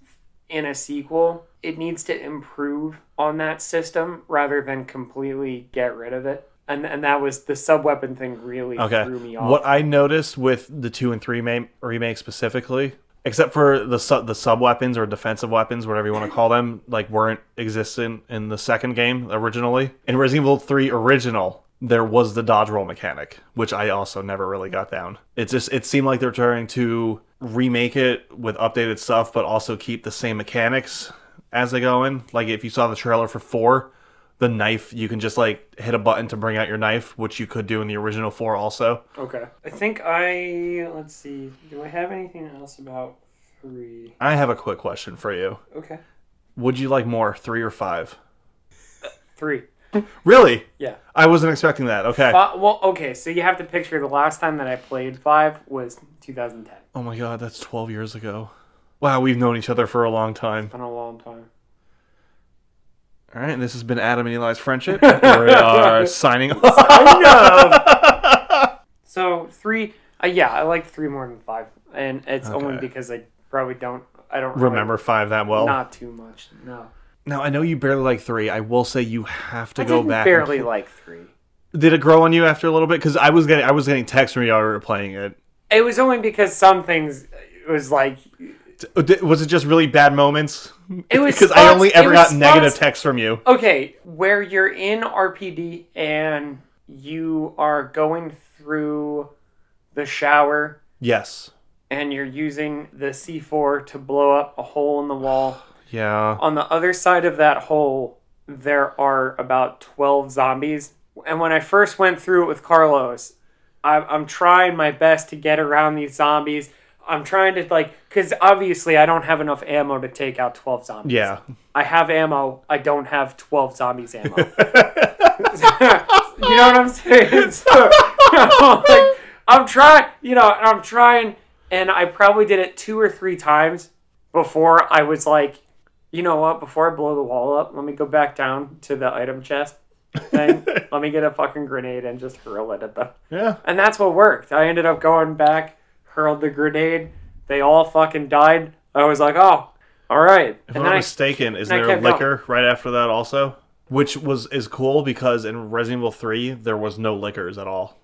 B: in a sequel, it needs to improve on that system rather than completely get rid of it. And and that was the sub weapon thing really
A: Okay.
B: threw me off.
A: What I noticed with the two and three ma- remake specifically, except for the su- the sub weapons or defensive weapons, whatever you want to call them, like weren't existent in the second game originally. In Resident Evil Three Original, there was the dodge roll mechanic, which I also never really got down. It's just it seemed like they're trying to remake it with updated stuff, but also keep the same mechanics as they go in. Like if you saw the trailer for four, the knife you can just like hit a button to bring out your knife which you could do in the original four also
B: okay. I think I let's see. Do I have anything else about three?
A: i have a quick question for you
B: Okay.
A: would you like more three or five
B: Three.
A: really
B: Yeah.
A: i wasn't expecting that okay
B: Fi- well, okay. So you have to picture the last time that I played five was 2010.
A: oh my god that's 12 years ago wow we've known each other for a long time
B: Been a long time.
A: all right and this has been adam and eli's friendship we are signing off
B: So three, uh, yeah, I like three more than five, and it's only
A: Okay.
B: because I probably don't, I don't really-
A: remember five that well
B: not too much. No,
A: now i know you barely like three i will say you have to
B: I
A: go
B: didn't
A: back and
B: barely like three.
A: did it grow on you after a little bit because i was getting i was getting texts when you were playing it
B: It was only because some things it was like
A: Uh, di- Was it just really bad moments?
B: It was
A: because I
B: spots-
A: only
B: it
A: ever got
B: was
A: negative
B: spots-
A: texts from you.
B: okay, where you're in RPD and you are going through the shower
A: Yes.
B: and you're using the C4 to blow up a hole in the wall.
A: Yeah.
B: on the other side of that hole there are about 12 zombies and when i first went through it with carlos i'm, I'm trying my best to get around these zombies i'm trying to like because obviously i don't have enough ammo to take out 12 zombies
A: Yeah.
B: i have ammo i don't have 12 zombies ammo you know what i'm saying so, I'm, like, I'm trying you know i'm trying and i probably did it two or three times before i was like you know what? Before I blow the wall up, let me go back down to the item chest thing. let me get a fucking grenade and just hurl it at them.
A: Yeah.
B: And that's what worked. I ended up going back, hurled the grenade. They all fucking died. I was like, oh, all right.
A: If
B: and
A: I'm
B: then
A: not
B: I,
A: mistaken, is
B: and I
A: there
B: kept going.
A: liquor right after that also? Which was is cool because in Resident Evil Three there was no liquors at all.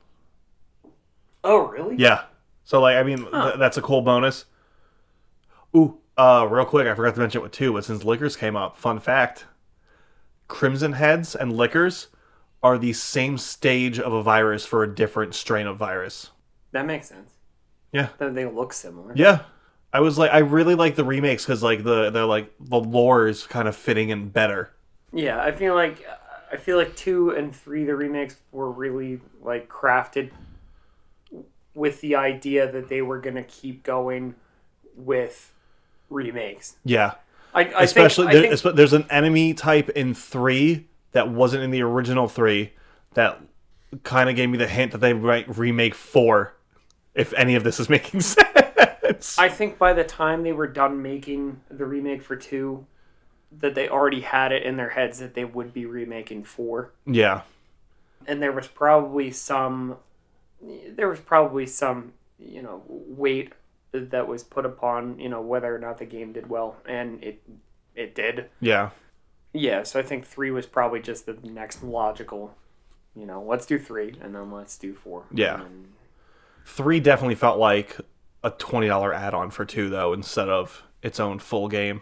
B: oh, really?
A: Yeah. So like I mean th- that's a cool bonus. Ooh, uh, real quick, I forgot to mention it with two, but since liquors came up, fun fact: Crimson Heads and liquors are the same stage of a virus for a different strain of virus.
B: That makes sense.
A: Yeah.
B: Then they look similar.
A: Yeah. I was like I really like the remakes cuz like the they're like the lore is kind of fitting in better.
B: Yeah, I feel like I feel like two and three, the remakes were really like crafted with the idea that they were gonna keep going with remakes.
A: Yeah.
B: I, I
A: Especially
B: think, I
A: there,
B: think
A: espe- there's an enemy type in 3 that wasn't in the original 3 that kind of gave me the hint that they might remake 4 if any of this is making sense.
B: I think by the time they were done making the remake for two, that they already had it in their heads that they would be remaking four,
A: yeah.
B: and there was probably some, there was probably some you know weight that was put upon you know whether or not the game did well, and it it did.
A: Yeah.
B: Yeah, so I think three was probably just the next logical, you know, let's do three and then let's do four.
A: Yeah.
B: And
A: 3 definitely felt like a $20 add-on for 2 though instead of its own full game.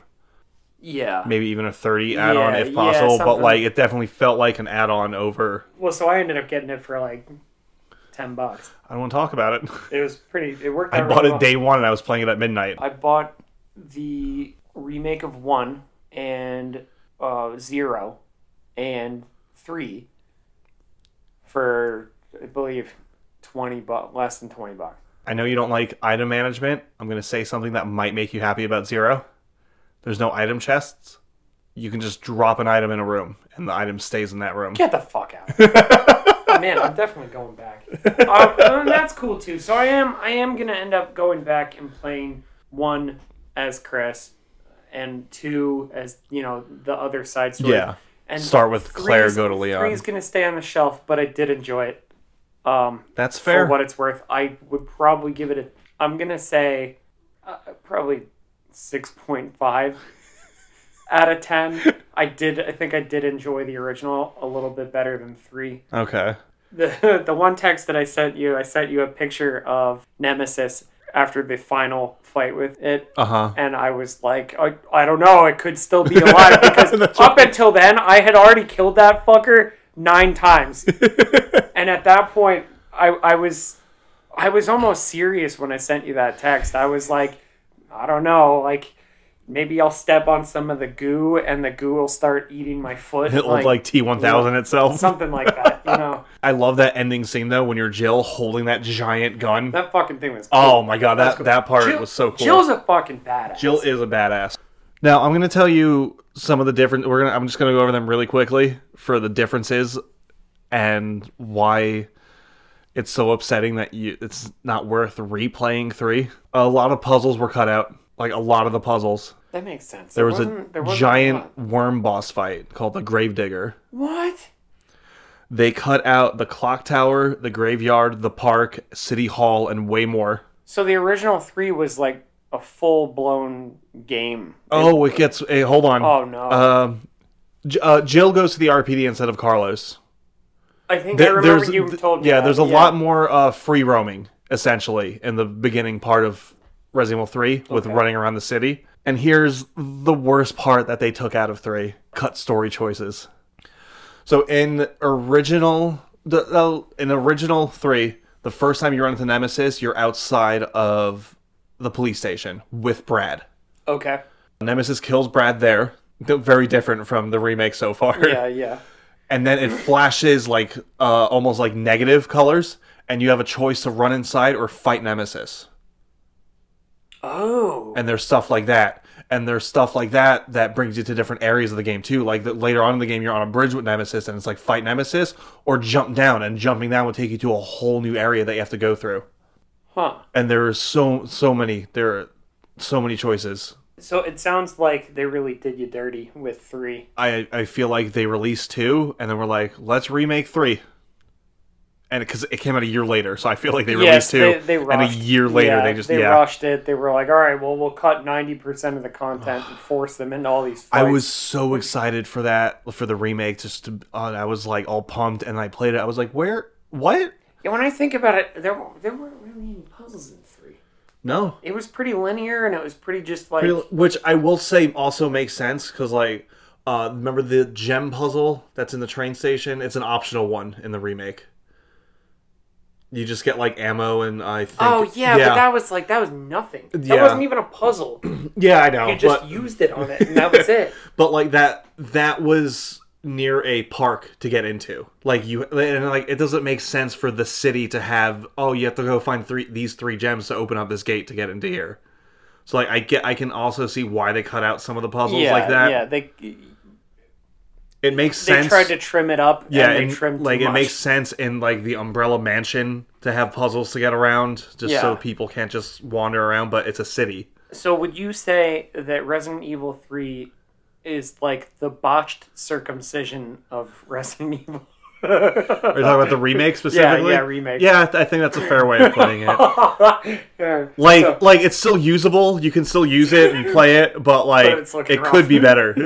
B: yeah.
A: Maybe even a 30 add-on
B: Yeah,
A: if
B: yeah,
A: possible, but
B: something-
A: like it definitely felt like an add-on over
B: Well, so I ended up getting it for like ten bucks.
A: I don't want to talk about it.
B: It was pretty. It worked.
A: I
B: Out
A: bought
B: really
A: it
B: well.
A: day one and I was playing it at midnight.
B: I bought the remake of one and uh, zero and three for I believe twenty bucks, less than twenty bucks.
A: I know you don't like item management. I'm going to say something that might make you happy about Zero. There's no item chests. You can just drop an item in a room and the item stays in that room.
B: Get the fuck out. oh man, I'm definitely going back. Uh, uh, that's cool too. So I am I am gonna end up going back and playing one as Chris, and two as you know the other side story.
A: Yeah.
B: And
A: Start with Claire,
B: three's-
A: go to Leon.
B: Three's gonna stay on the shelf, but I did enjoy it. Um,
A: That's fair.
B: for what it's worth. I would probably give it a. I'm gonna say, uh, probably six point five out of ten. I did. I think I did enjoy the original a little bit better than three.
A: okay.
B: The the one text that I sent you, I sent you a picture of Nemesis after the final fight with it.
A: Uh huh.
B: And I was like, I, I don't know, it could still be alive because
A: That's
B: up until then, I had already killed that fucker nine times. and at that point, I, I was I was almost serious when I sent you that text. I was like, I don't know, like maybe I'll step on some of the goo and the goo will start eating my foot.
A: It looked like T1000 itself.
B: something like that, you know.
A: I love that ending scene though when you're Jill holding that giant gun.
B: That fucking thing was cool.
A: Oh my god, that,
B: cool.
A: that part
B: Jill-
A: was so cool.
B: Jill's a fucking badass.
A: Jill is a badass. Now I'm gonna tell you some of the different. We're gonna. I'm just gonna go over them really quickly for the differences and why it's so upsetting that you it's not worth replaying three. A lot of puzzles were cut out. Like a lot of the puzzles.
B: that makes sense.
A: There was
B: wasn't-
A: a
B: there wasn't
A: giant
B: lot.
A: worm boss fight called the Gravedigger.
B: What?
A: They cut out the clock tower, the graveyard, the park, city hall, and way more.
B: So the original three was like a full blown game.
A: Oh, it gets. Hey, hold on.
B: Oh no!
A: Um, J- uh, Jill goes to the RPD instead of Carlos.
B: I think I
A: There-
B: remember
A: there's-
B: you
A: th-
B: told me.
A: yeah
B: that,
A: there's a lot more uh, free roaming essentially in the beginning part of resident evil 3 with running around the city and here's the worst part that they took out of 3 cut story choices so in original the, the in original 3 the first time you run into nemesis you're outside of the police station with brad
B: Okay.
A: nemesis kills brad there very different from the remake so far
B: Yeah, yeah.
A: and then it flashes like uh, almost like negative colors, and you have a choice to run inside or fight Nemesis.
B: Oh.
A: And there's stuff like that, and there's stuff like that that brings you to different areas of the game too. Like that later on in the game, you're on a bridge with Nemesis, and it's like fight Nemesis or jump down, and jumping down will take you to a whole new area that you have to go through.
B: Huh.
A: And there are so so many there are so many choices.
B: So it sounds like they really did you dirty with three.
A: I I feel like they released two, and then we're like, let's remake three. And because it came out a year later, so I feel like they released two,
B: they, they
A: and a
B: rushed.
A: year later
B: Yeah,
A: they just
B: they
A: yeah.
B: rushed it. They were like, all right, well, we'll cut ninety percent of the content and force them into all these.
A: I
B: Fights.
A: was so excited for that for the remake. Just to, uh, I was like all pumped, and I played it. I was like, where? What?
B: Yeah, when I think about it, there were- there weren't really any puzzles in three.
A: No.
B: It was pretty linear, and it was pretty just like
A: Real- Which I will say also makes sense because like, uh, remember the gem puzzle that's in the train station? It's an optional one in the remake. You just get like ammo and I think.
B: Oh yeah, but that was like that was nothing. That
A: Yeah.
B: wasn't even a puzzle. You
A: yeah, I know.
B: just
A: but-
B: used it on it, and that was it.
A: but like that that was near a park to get into like you and like it doesn't make sense for the city to have oh you have to go find three these three gems to open up this gate to get into here so like i get i can also see why they cut out some of the puzzles like that
B: Yeah, they
A: it makes
B: they
A: sense
B: tried to trim it up.
A: yeah
B: and
A: and,
B: they trimmed
A: like
B: too
A: it
B: much.
A: makes sense in like the umbrella mansion to have puzzles to get around just
B: Yeah.
A: so people can't just wander around but it's a city
B: So would you say that Resident Evil Three is like the botched circumcision of Resident Evil?
A: are you talking about the remake specifically
B: yeah, remake.
A: yeah I, th- I think that's a fair way of putting it
B: Yeah.
A: Like,
B: So-
A: like it's still usable. You can still use it and play it, but like,
B: it's looking
A: it
B: rough.
A: could be better.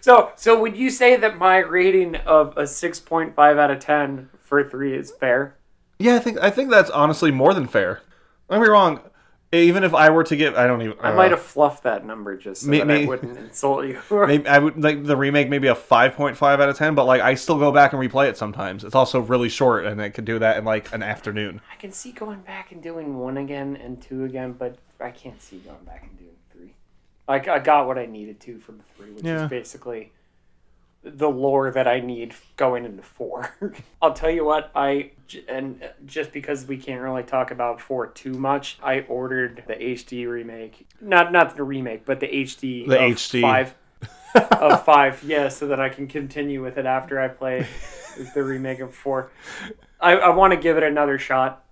B: so so would you say that my rating of a six point five out of ten for three is fair?
A: yeah, I think I think that's honestly more than fair. Don't get me wrong. Even if I were to give, I don't even.
B: I might have fluffed that number just so
A: Uh, Me-
B: that I
A: me-
B: wouldn't insult you.
A: Maybe I would like the remake, maybe a five point five out of ten. But like, I still go back and replay it sometimes. It's also really short, and I could do that in like an afternoon.
B: I can see going back and doing one again and two again, but I can't see going back and doing three. I, I got what I needed to from three, which
A: Yeah.
B: is basically the lore that I need going into four. I'll tell you what, I j- and uh, just because we can't really talk about four too much, I ordered the HD remake, not not the remake, but the HD
A: The
B: of
A: HD.
B: five. of five, yeah, so that I can continue with it after I play the remake of four. I, I want to give it another shot.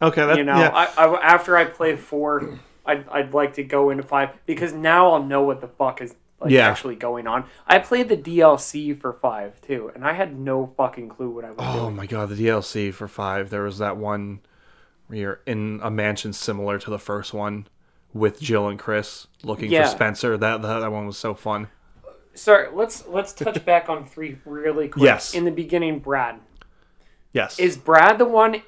A: Okay, that,
B: You know,
A: yeah.
B: I, I after I play four, I'd I'd like to go into five because now I'll know what the fuck is like
A: Yeah.
B: actually going on. I played the DLC for five too, and I had no fucking clue what I was
A: oh
B: doing.
A: my god, the DLC for five. There was that one where you're in a mansion similar to the first one with Jill and Chris looking
B: Yeah.
A: for Spencer. That, that that one was so fun.
B: Sorry, let's let's touch back on three really quick.
A: Yes.
B: In the beginning, Brad
A: Yes.
B: Is Brad the one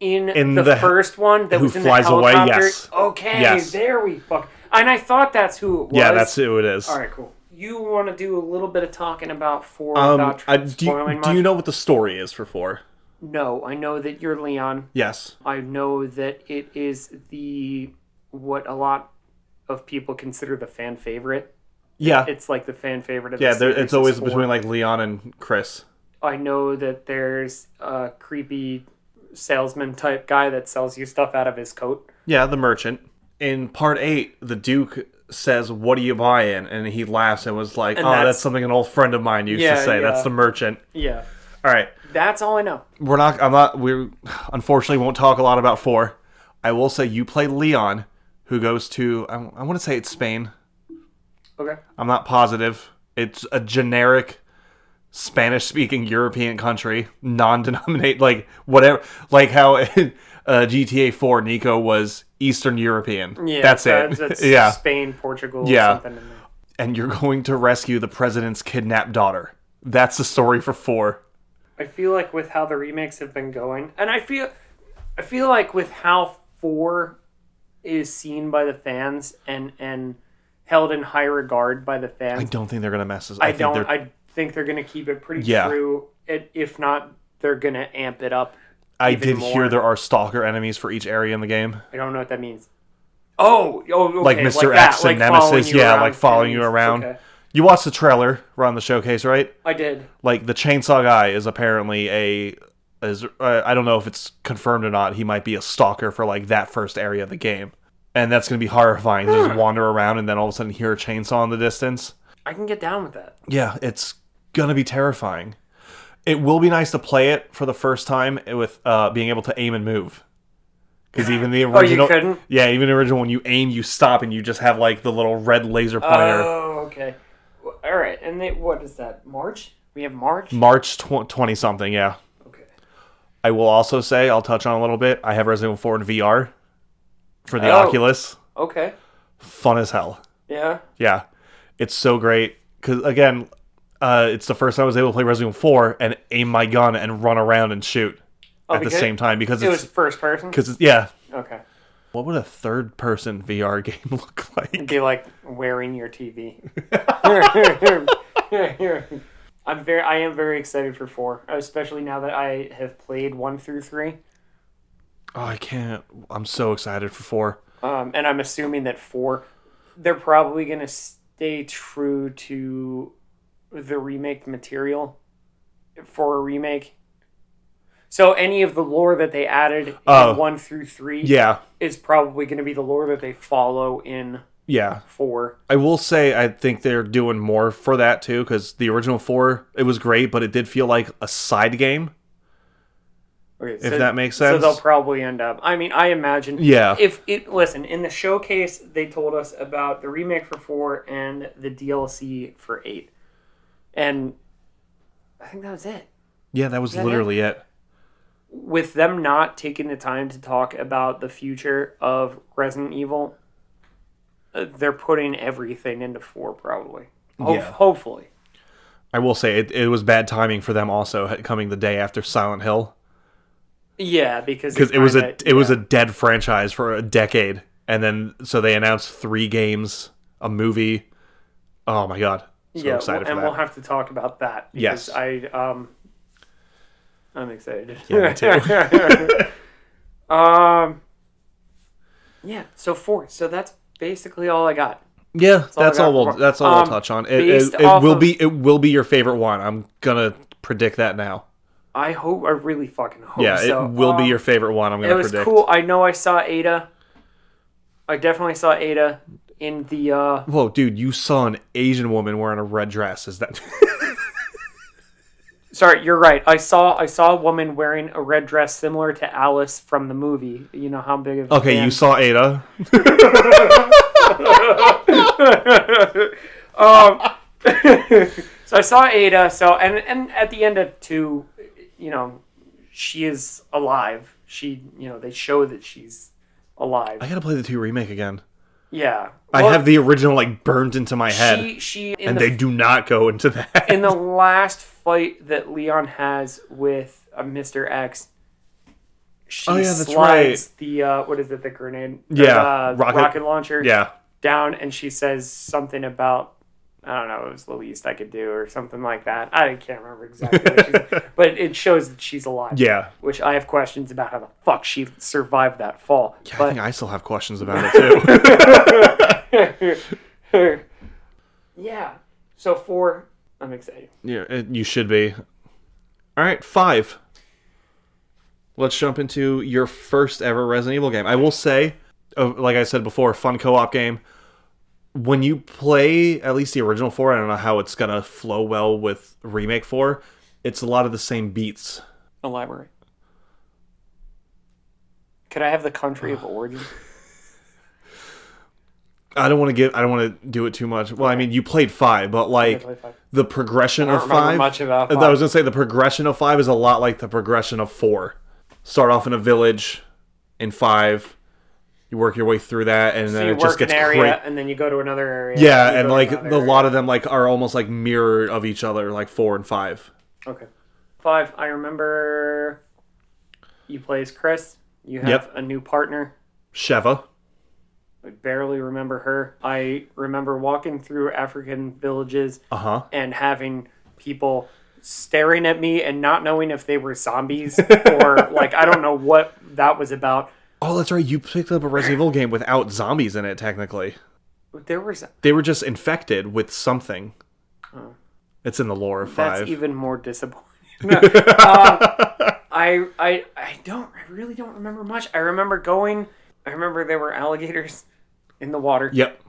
B: in,
A: In
B: the,
A: the-
B: first one that
A: who
B: was in
A: flies
B: the
A: away?
B: helicopter?
A: Yes.
B: Okay,
A: Yes.
B: there we fuck. And I thought that's who it was.
A: yeah, that's who it is.
B: All right, cool. You want to do a little bit of talking about four
A: Um,
B: without tr-
A: I, do,
B: spoiling
A: you,
B: much?
A: do you know what the story is for four?
B: No, I know that you're Leon.
A: Yes.
B: I know that it is the what a lot of people consider the fan favorite.
A: Yeah.
B: It's like the fan favorite of
A: yeah.
B: the
A: There,
B: series
A: it's
B: is
A: always
B: four.
A: between like Leon and Chris.
B: I know that there's a creepy salesman type guy that sells you stuff out of his coat.
A: Yeah, the merchant. In part eight, the Duke says, "What are you buying?" And he laughs and was like,
B: And
A: "Oh, that's,
B: that's-
A: something an old friend of mine used
B: Yeah,
A: to say.
B: yeah.
A: That's the merchant."
B: Yeah.
A: All right,
B: That's all I know.
A: we're not. I'm not. We unfortunately won't talk a lot about four. I will say you play Leon, who goes to. I, I want to say it's Spain.
B: Okay.
A: I'm not positive. It's a generic Spanish speaking European country, non denominate, like whatever, like how in, uh, GTA 4 Nico was Eastern European. that's it.
B: That's
A: yeah.
B: Spain, Portugal,
A: Yeah.
B: something in there.
A: and you're going to rescue the president's kidnapped daughter. That's the story for four.
B: I feel like with how the remakes have been going, and I feel, I feel like with how four is seen by the fans and and held in high regard by the fans,
A: I don't think they're going to mess this
B: I
A: think
B: don't.
A: they're-
B: I think they're going to keep it pretty
A: Yeah.
B: true. It, if not, they're going to amp it up.
A: I
B: even
A: did
B: more.
A: hear there are stalker enemies for each area in the game.
B: I don't know what that means. Oh, oh okay,
A: Like Mr.
B: that,
A: X and
B: like following
A: Nemesis.
B: you
A: Yeah,
B: around
A: like following you
B: enemies.
A: around.
B: Okay.
A: You watched the trailer, we're on the showcase, right?
B: I did.
A: like the chainsaw guy is apparently a is uh, I don't know if it's confirmed or not. He might be a stalker for like that first area of the game, and that's gonna be horrifying. to
B: Hmm.
A: Just wander around and then all of a sudden hear a chainsaw in the distance.
B: I can get down with that.
A: Yeah, it's gonna be terrifying. It will be nice to play it for the first time with uh, being able to aim and move. Because even the
B: Oh, you
A: original,
B: couldn't?
A: yeah, even the original when you aim, you stop and you just have like the little red laser pointer.
B: Oh, okay. Well, All right, and they, what is that? March? We have March.
A: March twenty something, yeah.
B: Okay.
A: I will also say, I'll touch on a little bit. I have Resident Evil 4 in VR for the
B: Oh.
A: Oculus.
B: Okay.
A: Fun as hell.
B: Yeah.
A: Yeah. It's so great. Because, again, uh, it's the first time I was able to play Resident Evil 4 and aim my gun and run around and shoot
B: Oh,
A: at the
B: because
A: same time. Because
B: It
A: it's,
B: was first person.
A: cause it's, yeah.
B: Okay.
A: What would a third person VR game look like?
B: It'd be like wearing your TV. I'm very, I am very excited for four, especially now that I have played one through three,
A: Oh, I can't. I'm so excited for 4.
B: um, and I'm assuming that four, they're probably going to stay true to the remake material for a remake. So any of the lore that they added in
A: Oh.
B: one through three
A: Yeah.
B: is probably going to be the lore that they follow in
A: Yeah.
B: four.
A: I will say I think they're doing more for that too because the original four it was great, but it did feel like a side game.
B: Okay,
A: If that makes
B: So they'll
A: sense.
B: probably end up. I mean, I imagine.
A: Yeah.
B: If it listen in the showcase, they told us about the remake for four and the DLC for eight, and I think that was it.
A: Yeah, that was
B: Yeah,
A: literally it.
B: With them not taking the time to talk about the future of Resident Evil, uh, they're putting everything into four probably. Ho-
A: Yeah.
B: Hopefully.
A: I will say it, it was bad timing for them also ha- coming the day after Silent Hill
B: Yeah, because
A: because it was a
B: kinda-
A: it was
B: yeah.
A: a dead franchise for a decade, and then so they announced three games, a movie. Oh my god! So
B: yeah,
A: excited
B: we'll- and
A: for
B: we'll
A: that.
B: have to talk about that.
A: Yes.
B: because I um, I'm excited.
A: Yeah, me
B: um, yeah. So four. So that's basically all I got.
A: yeah, that's,
B: all I got
A: all we'll
B: for-
A: that's all
B: Um,
A: we'll touch on. It,
B: based
A: it, it
B: off
A: will
B: of-
A: be it will be your favorite one. I'm gonna predict that now.
B: I hope. I really fucking hope.
A: Yeah,
B: so.
A: it will be
B: Um,
A: your favorite one. I'm
B: It
A: gonna
B: was
A: predict.
B: cool. I know I saw Ada. I definitely saw Ada in the uh
A: Whoa, dude, you saw an Asian woman wearing a red dress. Is that
B: sorry, you're right. I saw I saw a woman wearing a red dress similar to Alice from the movie. You know how big of a
A: okay?
B: fan-
A: You saw Ada.
B: So I saw Ada. So and and at the end of two, you know, she is alive. She you know they show that she's alive.
A: I gotta play the two remake again.
B: yeah,
A: I have the original like burned into my head,
B: She she in
A: and
B: the
A: they do not go into that.
B: in the last fight that Leon has with uh, Mr. X, she
A: Oh, yeah, that's
B: slides the uh, what is it, the grenade, the,
A: Yeah,
B: uh, rocket,
A: rocket-
B: launcher
A: yeah,
B: down, and she says something about I don't know, it was the least I could do or something like that. I can't remember exactly, what she said, but it shows that she's alive.
A: yeah.
B: which I have questions about how the fuck she survived that fall.
A: I think I still have questions about it too.
B: But yeah, so four, I'm excited.
A: yeah, it- you should be. All right, five. Let's jump into your first ever Resident Evil game. I will say, uh, like I said before, fun co-op game. When you play at least the original four, I don't know how it's gonna flow well with remake four. It's a lot of the same beats.
B: Elaborate. Could I have the country of origin?
A: I don't want to give. I don't want to do it too much. Well, I mean, you played five, but like
B: played five.
A: the progression of
B: remember
A: five.
B: much about
A: I
B: five.
A: was gonna say the progression of five is a lot like the progression of four. Start off in a village, in five, you work your way through that, and
B: So
A: then
B: you
A: it just
B: work an
A: gets
B: area
A: cra-
B: and then you go to another area.
A: Yeah,
B: you
A: and
B: go to
A: like
B: another
A: the
B: area.
A: lot of them like are almost like mirror of each other, like four and five.
B: Okay. Five, I remember you play as Chris. You have
A: Yep.
B: a new partner.
A: Sheva.
B: I barely remember her. I remember walking through African villages
A: Uh huh.
B: and having people staring at me and not knowing if they were zombies or like I don't know what that was about.
A: Oh, that's right. You picked up a Resident Evil game without zombies in it. Technically,
B: There was
A: they were just infected with something. It's in the lore of five.
B: Oh. That's even more disappointing. No, um, I I I don't I really don't remember much. I remember going. I remember there were alligators in the water.
A: yep.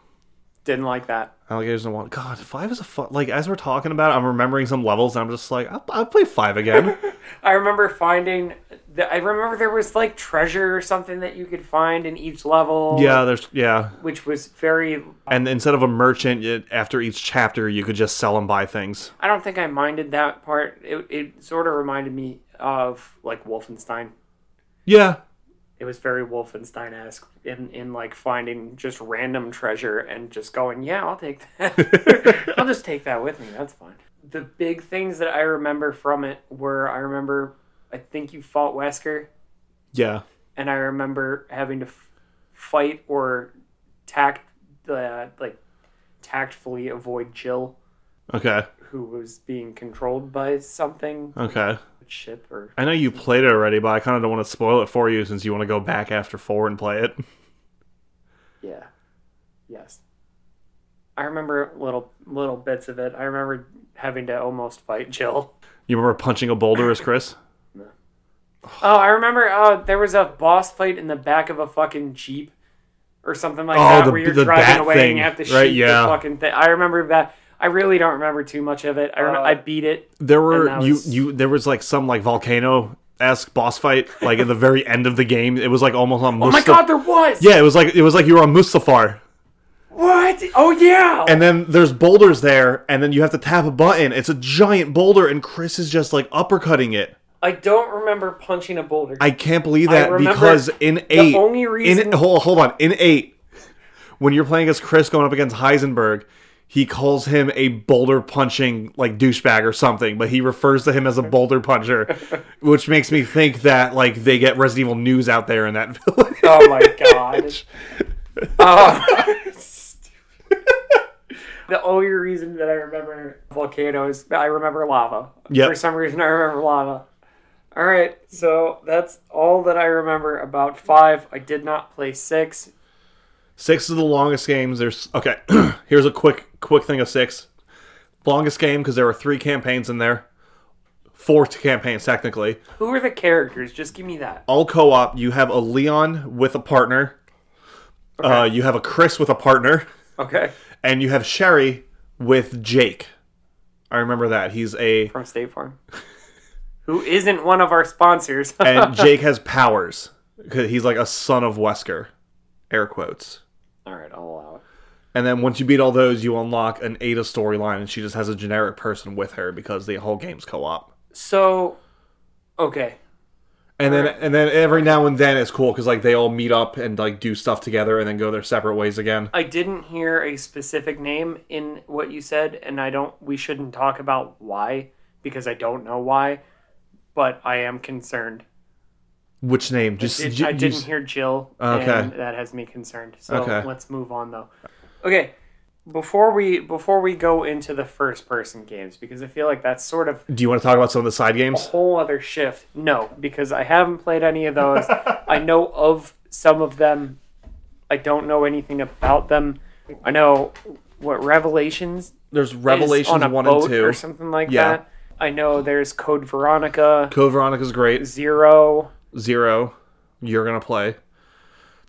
B: Didn't like that.
A: Alligators and water. God, five is a fun. Like as we're talking about, it, I'm remembering some levels, and I'm just like, I'll, I'll play five again.
B: I remember finding. The, I remember there was like treasure or something that you could find in each level.
A: yeah, there's yeah.
B: which was very.
A: And instead of a merchant, it, after each chapter, you could just sell and buy things.
B: I don't think I minded that part. It it sort of reminded me of like Wolfenstein.
A: Yeah,
B: it was very Wolfenstein esque in in like finding just random treasure and just going, yeah, I'll take that. I'll just take that with me. That's fine. The big things that I remember from it were I remember I think you fought Wesker,
A: yeah.
B: and I remember having to f- fight or tact uh, like tactfully avoid Jill,
A: Okay,
B: who was being controlled by something
A: okay.
B: ship or
A: I know you played it already, but I kind of don't want to spoil it for you since you want to go back after four and play it.
B: Yeah. Yes. I remember little little bits of it. I remember having to almost fight Jill.
A: You remember punching a boulder as Chris?
B: Oh, I remember uh, there was a boss fight in the back of a fucking jeep or something like
A: Oh,
B: that
A: the-
B: where you're
A: the
B: driving
A: bat
B: away and
A: thing,
B: you have to shoot
A: right, yeah.
B: the fucking thing. I remember that. I really don't remember too much of it. I rem-
C: Uh,
B: I beat it.
A: There
B: that
A: were you
B: was-
A: you there was like some like volcano esque boss fight like at the very end of the game. It was like almost on.
B: Oh my god, there was.
A: Yeah, it was like it was like you were on Mustafar.
B: What? Oh yeah.
A: And then there's boulders there, and then you have to tap a button. It's a giant boulder, and Chris is just like uppercutting it.
B: I don't remember punching a boulder.
A: I can't believe that
B: remember
A: because in eight,
B: only
A: in,
B: reason-
A: hold, hold on, in eight, when you're playing as Chris going up against Heisenberg, he calls him a boulder punching like douchebag or something, but he refers to him as a boulder puncher, which makes me think that like they get Resident Evil news out there in that village.
B: Oh my god. Uh, the only reason that I remember volcanoes, I remember lava.
A: Yep.
B: For some reason, I remember lava. All right, so that's all that I remember about five. I did not play six.
A: Six is the longest games. There's okay. here's a quick quick thing of six. Longest game because there were three campaigns in there, four t- campaigns technically.
B: Who are the characters? Just give me that.
A: All co-op. You have a Leon with a partner. Uh, you have a Chris with a partner.
B: Okay.
A: and you have Sherry with Jake. I remember that he's a
B: From State Farm. Who isn't one of our sponsors?
A: and Jake has powers. 'Cause He's like a son of Wesker, air quotes.
B: All right, I'll allow it.
A: And then once you beat all those, you unlock an Ada storyline, and she just has a generic person with her because the whole game's co-op.
B: So, okay.
A: And then and then every now and then it's cool because like they all meet up and like do stuff together and then go their separate ways again.
B: I didn't hear a specific name in what you said, and I don't. We shouldn't talk about why because I don't know why, but I am concerned.
A: Which name? Just
B: Did,
A: you-
B: I
A: you-
B: didn't hear Jill,
A: Okay.
B: and that has me concerned. So
A: Okay.
B: let's move on though. Okay, before we before we go into the first person games because I feel like that's sort of
A: Do you want to talk about some of the side
B: a
A: games?
B: whole other shift. No, because I haven't played any of those. I know of some of them. I don't know anything about them. I know what Revelations
A: There's
B: is
A: Revelations
B: on a
A: one and
B: boat
A: two.
B: or something like
A: Yeah.
B: that. I know there's Code Veronica,
A: Code Veronica's great.
B: Zero.
A: Zero, you're gonna play.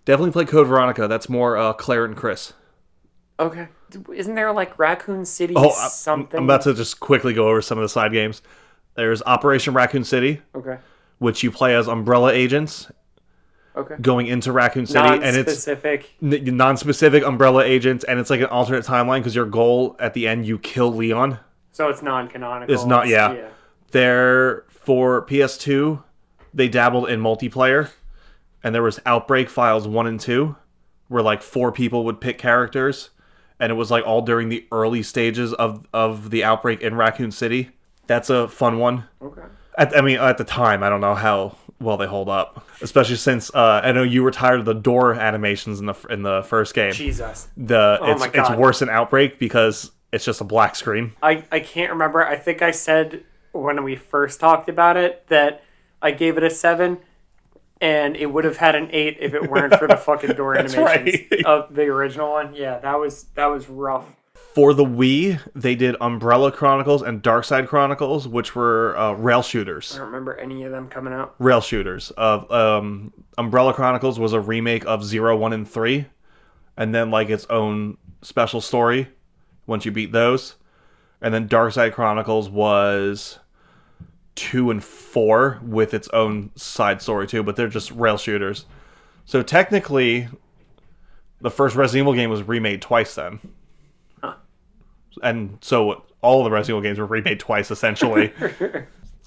A: Definitely play Code Veronica. That's more uh, Claire and Chris.
B: Okay. Isn't there like Raccoon City
A: Oh, I-
B: something?
A: I'm about to just quickly go over some of the side games. There's Operation Raccoon City,
B: Okay.
A: which you play as umbrella agents
B: Okay.
A: going into Raccoon City, and it's
B: Non-specific.
A: n- non-specific umbrella agents and it's like an alternate timeline because your goal at the end you kill leon
B: So it's non-canonical.
A: It's not- yeah. there for ps2 they dabbled in multiplayer and there was outbreak files 1 and 2 where like four people would pick characters and it was like all during the early stages of of the outbreak in raccoon city that's a fun one
B: Okay.
A: At, I mean, at the time, I don't know how well they hold up, especially since uh, I know you were tired of the door animations in the in the first game.
B: Jesus.
A: The it's
B: Oh my
A: it's
B: God.
A: worse than Outbreak because it's just a black screen.
B: I, I can't remember. I think I said when we first talked about it that I gave it a seven, and it would have had an eight if it weren't for the fucking door animations
A: right.
B: of the original one. Yeah, that was that was rough.
A: For the Wii, they did Umbrella Chronicles and Darkside Chronicles, which were uh, rail shooters.
B: I don't remember any of them coming out.
A: Rail shooters of um, Umbrella Chronicles was a remake of Zero, One, and Three, and then like its own special story once you beat those, and then Darkside Chronicles was two and four with its own side story too, but they're just rail shooters. So technically, the first Resident Evil game was remade twice then. And so all the Resident Evil games were remade twice essentially.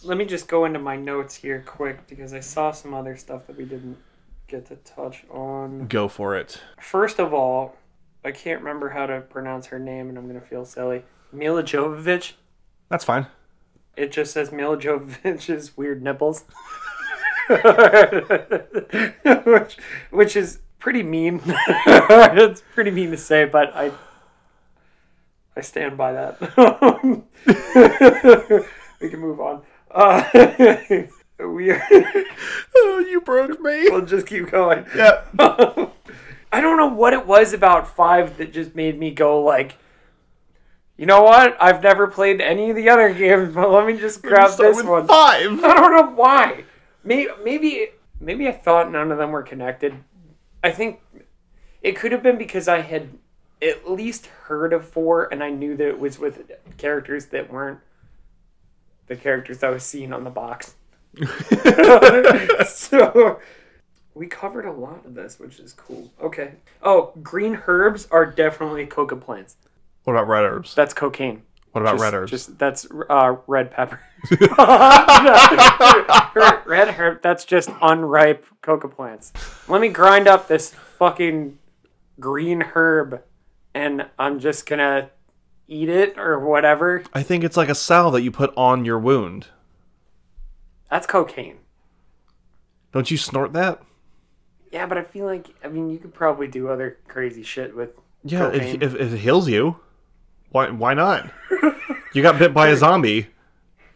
B: Let me just go into my notes here quick because I saw some other stuff that we didn't get to touch on.
A: Go for it.
B: First of all, I can't remember how to pronounce her name, and I'm gonna feel silly. Mila Jovovich.
A: That's fine.
B: It just says Mila Jovovich's weird nipples, which, which is pretty mean. it's pretty mean to say, but I I stand by that. we can move on. Uh, we are,
A: Oh, you broke me.
B: we'll just keep going.
A: Yeah.
B: I don't know what it was about five that just made me go like, you know what? I've never played any of the other games, but let me just grab
A: Start
B: this
A: with
B: one.
A: Five.
B: I don't know why. Maybe maybe maybe I thought none of them were connected. I think it could have been because I had at least heard of four, and I knew that it was with characters that weren't the characters I was seeing on the box. so we covered a lot of this, which is cool. Okay. Oh, green herbs are definitely coca plants.
A: What about red herbs?
B: That's cocaine.
A: What about
B: Just-
A: red herbs?
B: Just that's uh, red pepper. red herb. That's just unripe coca plants. Let me grind up this fucking green herb, and I'm just gonna eat it or whatever.
A: I think it's like a salve that you put on your wound.
B: That's cocaine.
A: Don't you snort that?
B: Yeah, but I feel like I mean you could probably do other crazy shit with.
A: Yeah, if,
B: Cocaine.
A: if, if it heals you, why why not? you got bit by a zombie.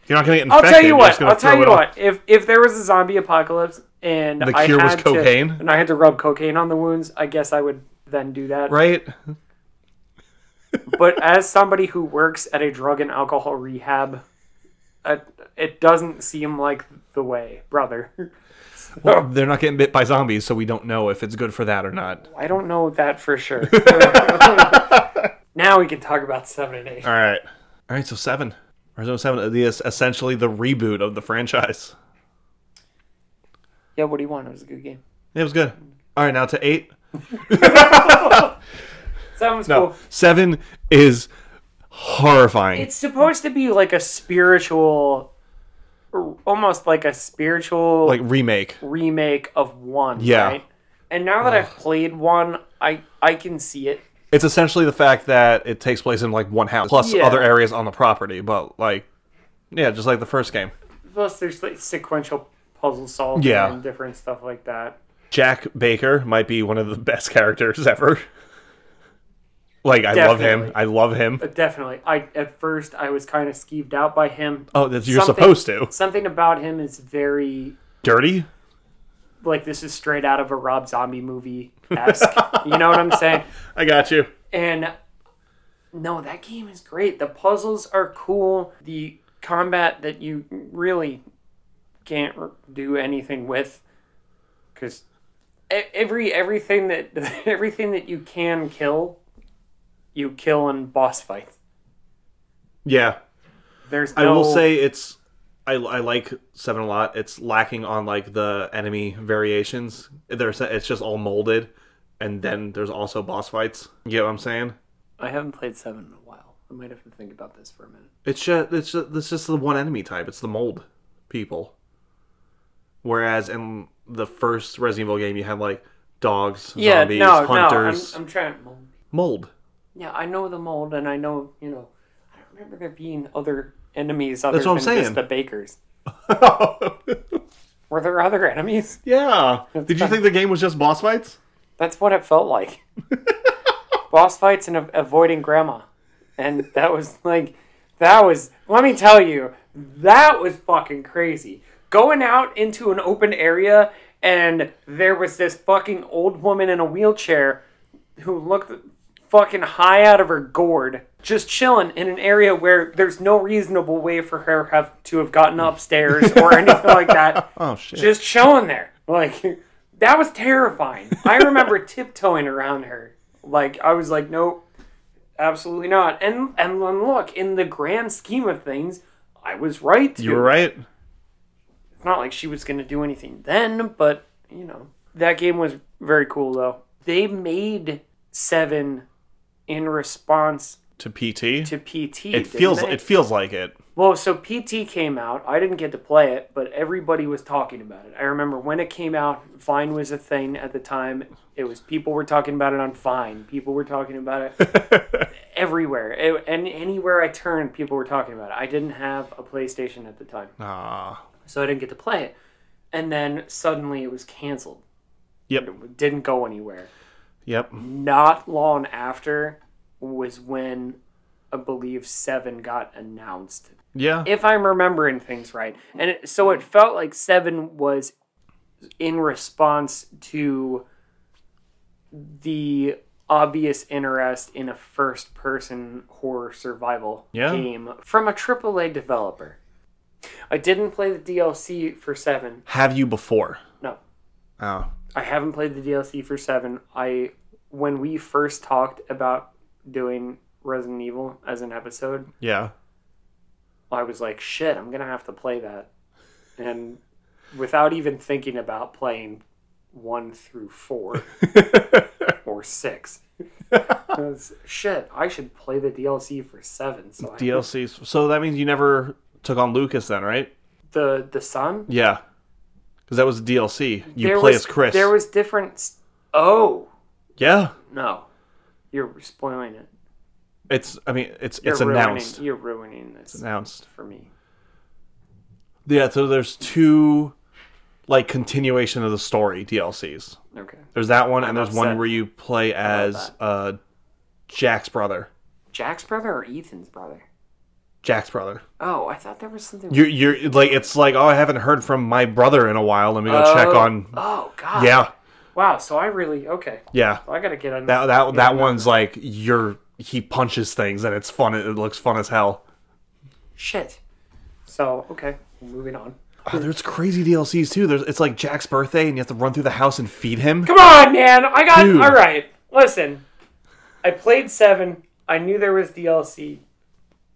A: You're not gonna get
B: I'll
A: infected.
B: tell you
A: You're just
B: what.
A: gonna
B: I'll tell
A: throw
B: you
A: it off.
B: what. If if there was a zombie apocalypse and
A: The
B: I
A: cure was
B: had to-
A: cocaine?
B: and I had to rub cocaine on the wounds, I guess I would then do that.
A: Right?
B: but as somebody who works at a drug and alcohol rehab, uh, it doesn't seem like the way, brother.
A: Well, they're not getting bit by zombies, so we don't know if it's good for that or not.
B: I don't know that for sure. now we can talk about seven and eight.
A: All right. All right, so 7. Arizona 7 is essentially the reboot of the franchise.
B: Yeah, what do you want? It was a good game.
A: It was good. All right, now to 8.
B: Seven was
A: No.
B: cool.
A: 7 Oh, is horrifying.
B: It's supposed to be like a spiritual, or almost like a spiritual
A: like remake.
B: remake of one.
A: Yeah.
B: Right? And now that I've played one, I I can see it.
A: It's essentially the fact that it takes place in like one house plus
B: Yeah.
A: other areas on the property, but like yeah, just like the first game.
B: Plus, there's like sequential puzzle solving
A: Yeah.
B: and different stuff like that.
A: Jack Baker might be one of the best characters ever. Like I love him.
B: Definitely.
A: I love him.
B: But definitely, I at first I was kind of skeeved out by him.
A: Oh, that's you're
B: Something-
A: supposed to.
B: Something about him is very
A: Dirty?
B: like this is straight out of a Rob Zombie movie esque. you know what I'm saying?
A: I got you.
B: And no, that game is great. The puzzles are cool. The combat that you really can't r- do anything with because every everything that everything that you can kill, you kill in boss fights.
A: Yeah.
B: There's
A: I will
B: no-
A: say it's I, I like seven a lot. It's lacking on like the enemy variations. There's it's just all molded, and then there's also boss fights. You know what I'm saying?
B: I haven't played seven in a while. I might have to think about this for a minute.
A: It's just it's just, it's just the one enemy type. It's the mold people. Whereas in the first Resident Evil game, you had like dogs,
B: Yeah,
A: zombies,
B: no,
A: hunters,
B: no, I'm, I'm trying. Mold.
A: mold.
B: Yeah, I know the mold, and I know you know. I don't remember there being other enemies other
A: That's what I'm
B: than just
A: saying.
B: the Bakers. Were there other enemies?
A: yeah. Did you think the game was just boss fights?
B: That's what it felt like. Boss fights and a- avoiding grandma, and that was like, that was. Let me tell you, that was fucking crazy. Going out into an open area, and there was this fucking old woman in a wheelchair who looked fucking high out of her gourd, just chilling in an area where there's no reasonable way for her have to have gotten upstairs or anything like that.
A: Oh shit.
B: just chilling there. Like that was terrifying. I remember tiptoeing around her. Like I was like, nope, absolutely not. And and then look, in the grand scheme of things, I was right.
A: you were right.
B: It's not like she was gonna do anything then, but you know that game was very cool though. They made seven in response
A: To PT,
B: to PT.
A: it feels it feels like it.
B: Well, so PT came out. I didn't get to play it, but everybody was talking about it. I remember when it came out, Vine was a thing at the time. It was people were talking about it on Vine. People were talking about it everywhere. It- and anywhere I turned, people were talking about it. I didn't have a PlayStation at the time,
A: Ah,
B: so I didn't get to play it. And then suddenly it was canceled.
A: yep,
B: It didn't go anywhere.
A: yep.
B: Not long after was when I believe 7 got announced
A: Yeah.
B: if I'm remembering things right. And it, so it felt like seven was in response to the obvious interest in a first person horror survival
A: Yeah.
B: game from a AAA developer. I didn't play the DLC for seven.
A: Have you before?
B: No,
A: Oh.
B: I haven't played the DLC for seven. I when we first talked about doing Resident Evil as an episode,
A: Yeah.
B: I was like, shit, I'm gonna have to play that. And without even thinking about playing one through four or six. I was, shit, I should play the DLC for seven. So I,
A: DLCs. So that means you never took on Lucas then, right?
B: the the sun.
A: Yeah. Because that was DLC. You play
B: was,
A: as Chris.
B: There was different. s- Oh
A: yeah.
B: no, you're spoiling it.
A: It's. I mean, it's.
B: You're
A: it's
B: ruining,
A: announced.
B: You're ruining this
A: Announced.
B: for me.
A: Yeah. So there's two, like continuation of the story DLCs.
B: Okay,
A: There's that one, and there's one
B: upset.
A: where you play as uh, Jack's brother.
B: Jack's brother or Ethan's brother?
A: Jack's brother.
B: Oh, I thought there was something.
A: You're. You're like. It's like. Oh, I haven't heard from my brother in a while. Let me go check
B: Oh.
A: on.
B: Oh God.
A: Yeah.
B: Wow. So I really okay.
A: Yeah.
B: Well, I gotta get on
A: That that that one's like you're he punches things and it's fun. It looks fun as hell.
B: Shit. So okay, moving on.
A: Oh, there's crazy DLCs too. There's it's like Jack's birthday, and you have to run through the house and feed him.
B: Come on, man. I got
A: Dude.
B: all right. Listen, I played seven. I knew there was DLC.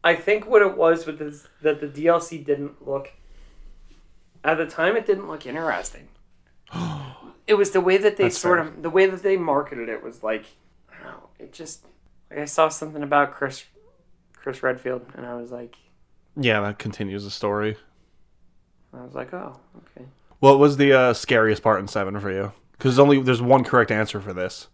B: I think what it was with this, that the DLC didn't look at the time. It didn't look interesting. it was the way that they
A: That's
B: sort
A: fair.
B: of the way that they marketed it was like, I don't know. It just like I saw something about Chris Chris Redfield, and I was like,
A: Yeah, that continues the story.
B: I was like, oh, okay.
A: What was the uh, scariest part in seven for you? Because only there's one correct answer for this.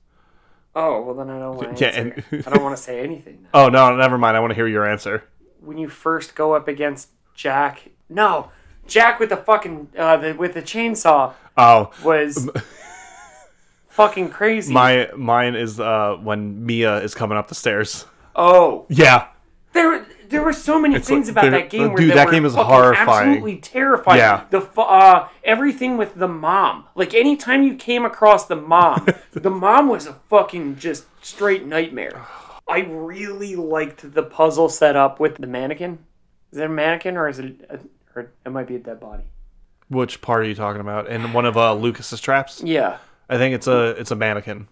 B: Oh well, then I don't want to.
A: Yeah,
B: answer.
A: and-
B: I don't want to say anything. Now.
A: Oh no, never mind. I want to hear your answer.
B: when you first go up against Jack. No, Jack with the fucking uh, the, with the chainsaw
A: Oh,
B: was fucking crazy.
A: my mine is uh, when Mia is coming up the stairs.
B: oh,
A: Yeah,
B: there were- there were so many things
A: like-
B: about
A: there-
B: that game. Where
A: dude,
B: they
A: that
B: were
A: game is
B: fucking
A: horrifying.
B: Absolutely terrifying.
A: Yeah.
B: The fu- uh, everything with the mom. Like anytime you came across the mom, the mom was a fucking just straight nightmare. I really liked the puzzle setup with the mannequin. Is it a mannequin or is it? A, or it might be a dead body.
A: which part are you talking about? In one of uh, Lucas's traps?
B: Yeah.
A: I think it's a it's a mannequin,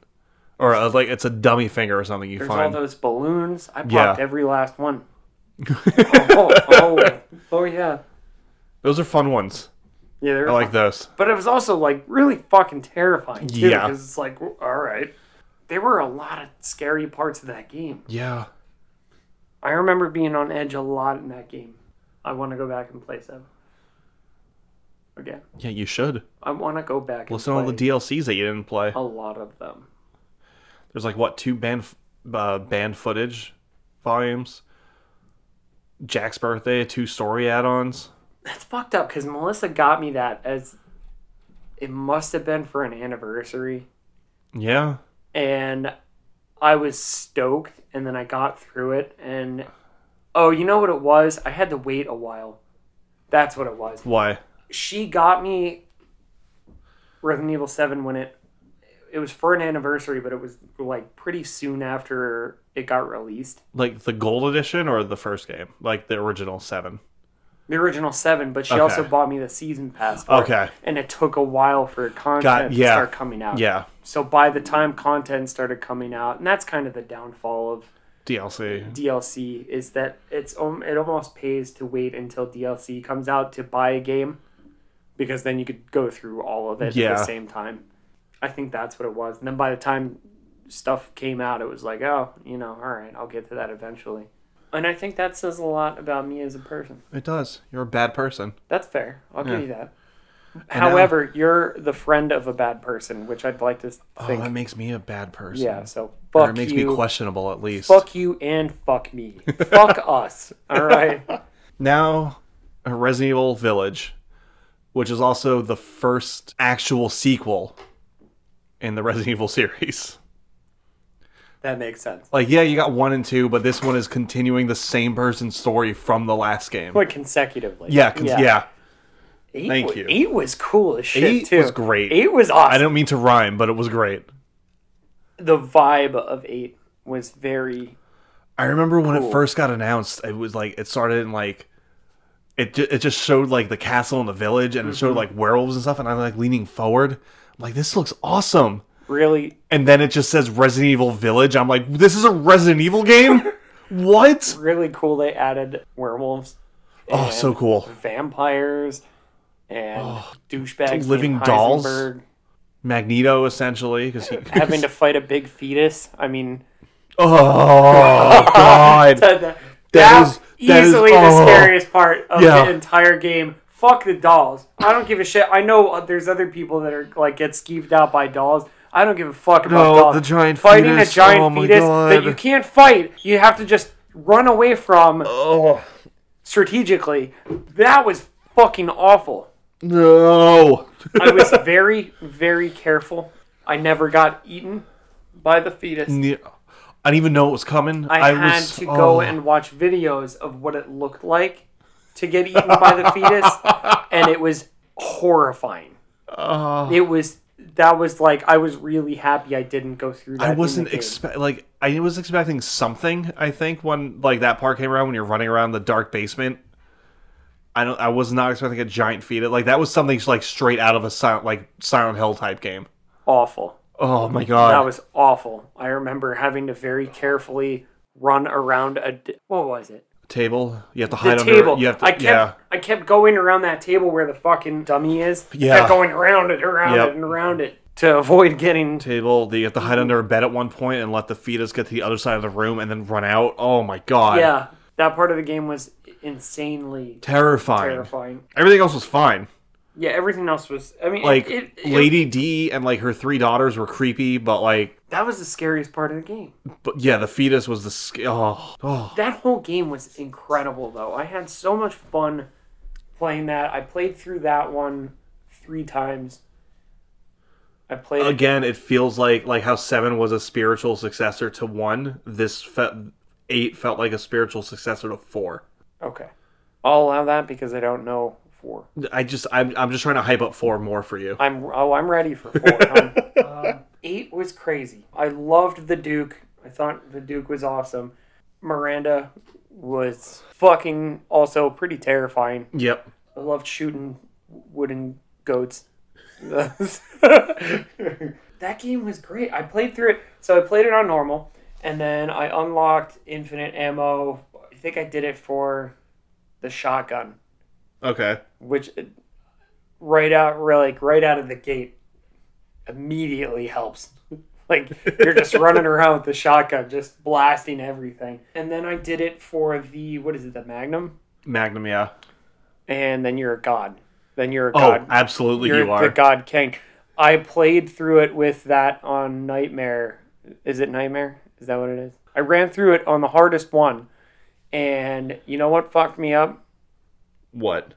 A: or uh like it's a dummy finger or something. You
B: There's all
A: find
B: those balloons. I popped
A: Yeah.
B: every last one. oh, oh, oh, yeah.
A: those are fun ones.
B: Yeah, they're
A: I like those.
B: But it was also like really fucking terrifying too,
A: Yeah.
B: because it's like, w- all right, there were a lot of scary parts of that game.
A: Yeah.
B: I remember being on edge a lot in that game. I want to go back and play some again.
A: Yeah, you should
B: I want to go back.
A: listen to
B: and
A: all the
B: play
A: DLCs that you didn't play.
B: a lot of them.
A: There's like what two band f- uh, band footage volumes, Jack's birthday, two story add-ons.
B: That's fucked up because Melissa got me that as it must have been for an anniversary.
A: Yeah,
B: and I was stoked and then I got through it and oh, you know what it was? I had to wait a while. That's what it was.
A: why?
B: She got me Resident Evil 7 when it it was for an anniversary, but it was like pretty soon after it got released.
A: Like the gold edition or the first game, like the original seven.
B: The original 7, but she
A: Okay.
B: also bought me the season pass for it,
A: Okay.
B: and it took a while for content
A: Got- yeah.
B: to start coming out.
A: Yeah,
B: So by the time content started coming out, and that's kind of the downfall of
A: DLC.
B: DLC is that it's um, it almost pays to wait until DLC comes out to buy a game because then you could go through all of it at
A: Yeah.
B: the same time. I think that's what it was. And then by the time stuff came out, it was like, oh, you know, all right, I'll get to that eventually. And I think that says a lot about me as a person.
A: It does. You're a bad person.
B: That's fair. I'll give you that.
A: now-
B: However, you're the friend of a bad person, which I'd like to
A: Oh,
B: think.
A: that makes me a bad person.
B: yeah, so fuck
A: Or it makes
B: you.
A: me questionable at least.
B: fuck you and fuck me. fuck us. All right.
A: now Resident Evil Village, which is also the first actual sequel in the Resident Evil series.
B: That makes sense.
A: Like, yeah, you got one and two, but this one is continuing the same person's story from the last game.
B: Like consecutively.
A: yeah, con- yeah,
B: Eight
A: thank
B: wa-
A: you.
B: Eight was cool as shit
A: Eight
B: too.
A: was great.
B: Eight was awesome.
A: I don't mean to rhyme, but it was great.
B: the vibe of eight was very.
A: I remember when it first got announced, it was like it started in like it ju- it just showed like the castle and the village, and it
B: Mm-hmm.
A: showed like werewolves and stuff, and I'm like leaning forward, I'm like this looks awesome.
B: Really,
A: And then it just says Resident Evil Village. I'm like, this is a Resident Evil game. what?
B: really cool. They added werewolves,
A: Oh, so cool. Oh,
B: vampires, and douchebags, named
A: living dolls.
B: Heisenberg,
A: Magneto essentially, because he.
B: having to fight a big fetus. I mean,
A: oh God.
B: that, that,
A: That is- that is-
B: easily the
A: oh.
B: scariest part of
A: Yeah.
B: the entire game. Fuck the dolls. I don't give a shit. I know uh, there's other people that are like get skeeved out by dolls. I don't give a fuck about
A: No,
B: dolls.
A: the giant
B: fighting
A: fetus.
B: a giant
A: Oh my
B: fetus that
A: God.
B: you can't fight. You have to just run away from
A: Oh
B: strategically. That was fucking awful.
A: no.
B: I was very very careful. I never got eaten by the fetus.
A: Ne- I didn't even know it was coming.
B: I, had
A: was,
B: to go
A: oh.
B: and watch videos of what it looked like to get eaten by the fetus, and it was horrifying. It was that was like I was really happy I didn't go through that.
A: I
B: in the
A: wasn't
B: game.
A: expect like I was expecting something. I think when like that part came around when you're running around the dark basement, I don't. I was not expecting a giant feat. Like that was something like straight out of a silent, like Silent Hill type game.
B: Awful.
A: Oh my god.
B: That was awful. I remember having to very carefully run around a d- what was it?
A: table. You have to
B: The
A: hide under.
B: table.
A: You have to.
B: I kept
A: yeah.
B: I kept going around that table where the fucking dummy is. I
A: Yeah.
B: kept going around it, around
A: Yep.
B: it, and around it to avoid getting.
A: Table. that You have to
B: Mm-hmm.
A: hide under a bed at one point and let the fetus get to the other side of the room and then run out. Oh my god.
B: yeah, that part of the game was insanely
A: Terrifying.
B: terrifying.
A: Everything else was fine.
B: Yeah, everything else was. I mean,
A: Like
B: it, it-
A: Lady D and like her three daughters were creepy, but like,
B: that was the scariest part of the game.
A: but yeah, the fetus was the sc- oh oh.
B: That whole game was incredible, though. I had so much fun playing that. I played through that one three times. I played it
A: Again, it feels like like how seven was a spiritual successor to one. This fe- eight felt like a spiritual successor to four.
B: Okay. I'll allow that because I don't know four.
A: I just I'm I'm just trying to hype up four more for you.
B: I'm oh I'm ready for four. Um, um, eight was crazy. I loved the Duke. I thought the Duke was awesome. Miranda was fucking also pretty terrifying.
A: Yep.
B: I loved shooting wooden goats. that game was great. I played through it. So I played it on normal, and then I unlocked infinite ammo. I think I did it for the shotgun.
A: Okay.
B: which uh, right out re- like right out of the gate immediately helps like you're just running around with the shotgun just blasting everything and then i did it for the what is it the magnum
A: Magnum, yeah.
B: and then you're a god then you're a
A: Oh,
B: god
A: absolutely
B: you're
A: you're
B: the god king i played through it with that on nightmare is it nightmare is that what it is i ran through it on the hardest one and you know what fucked me up
A: what?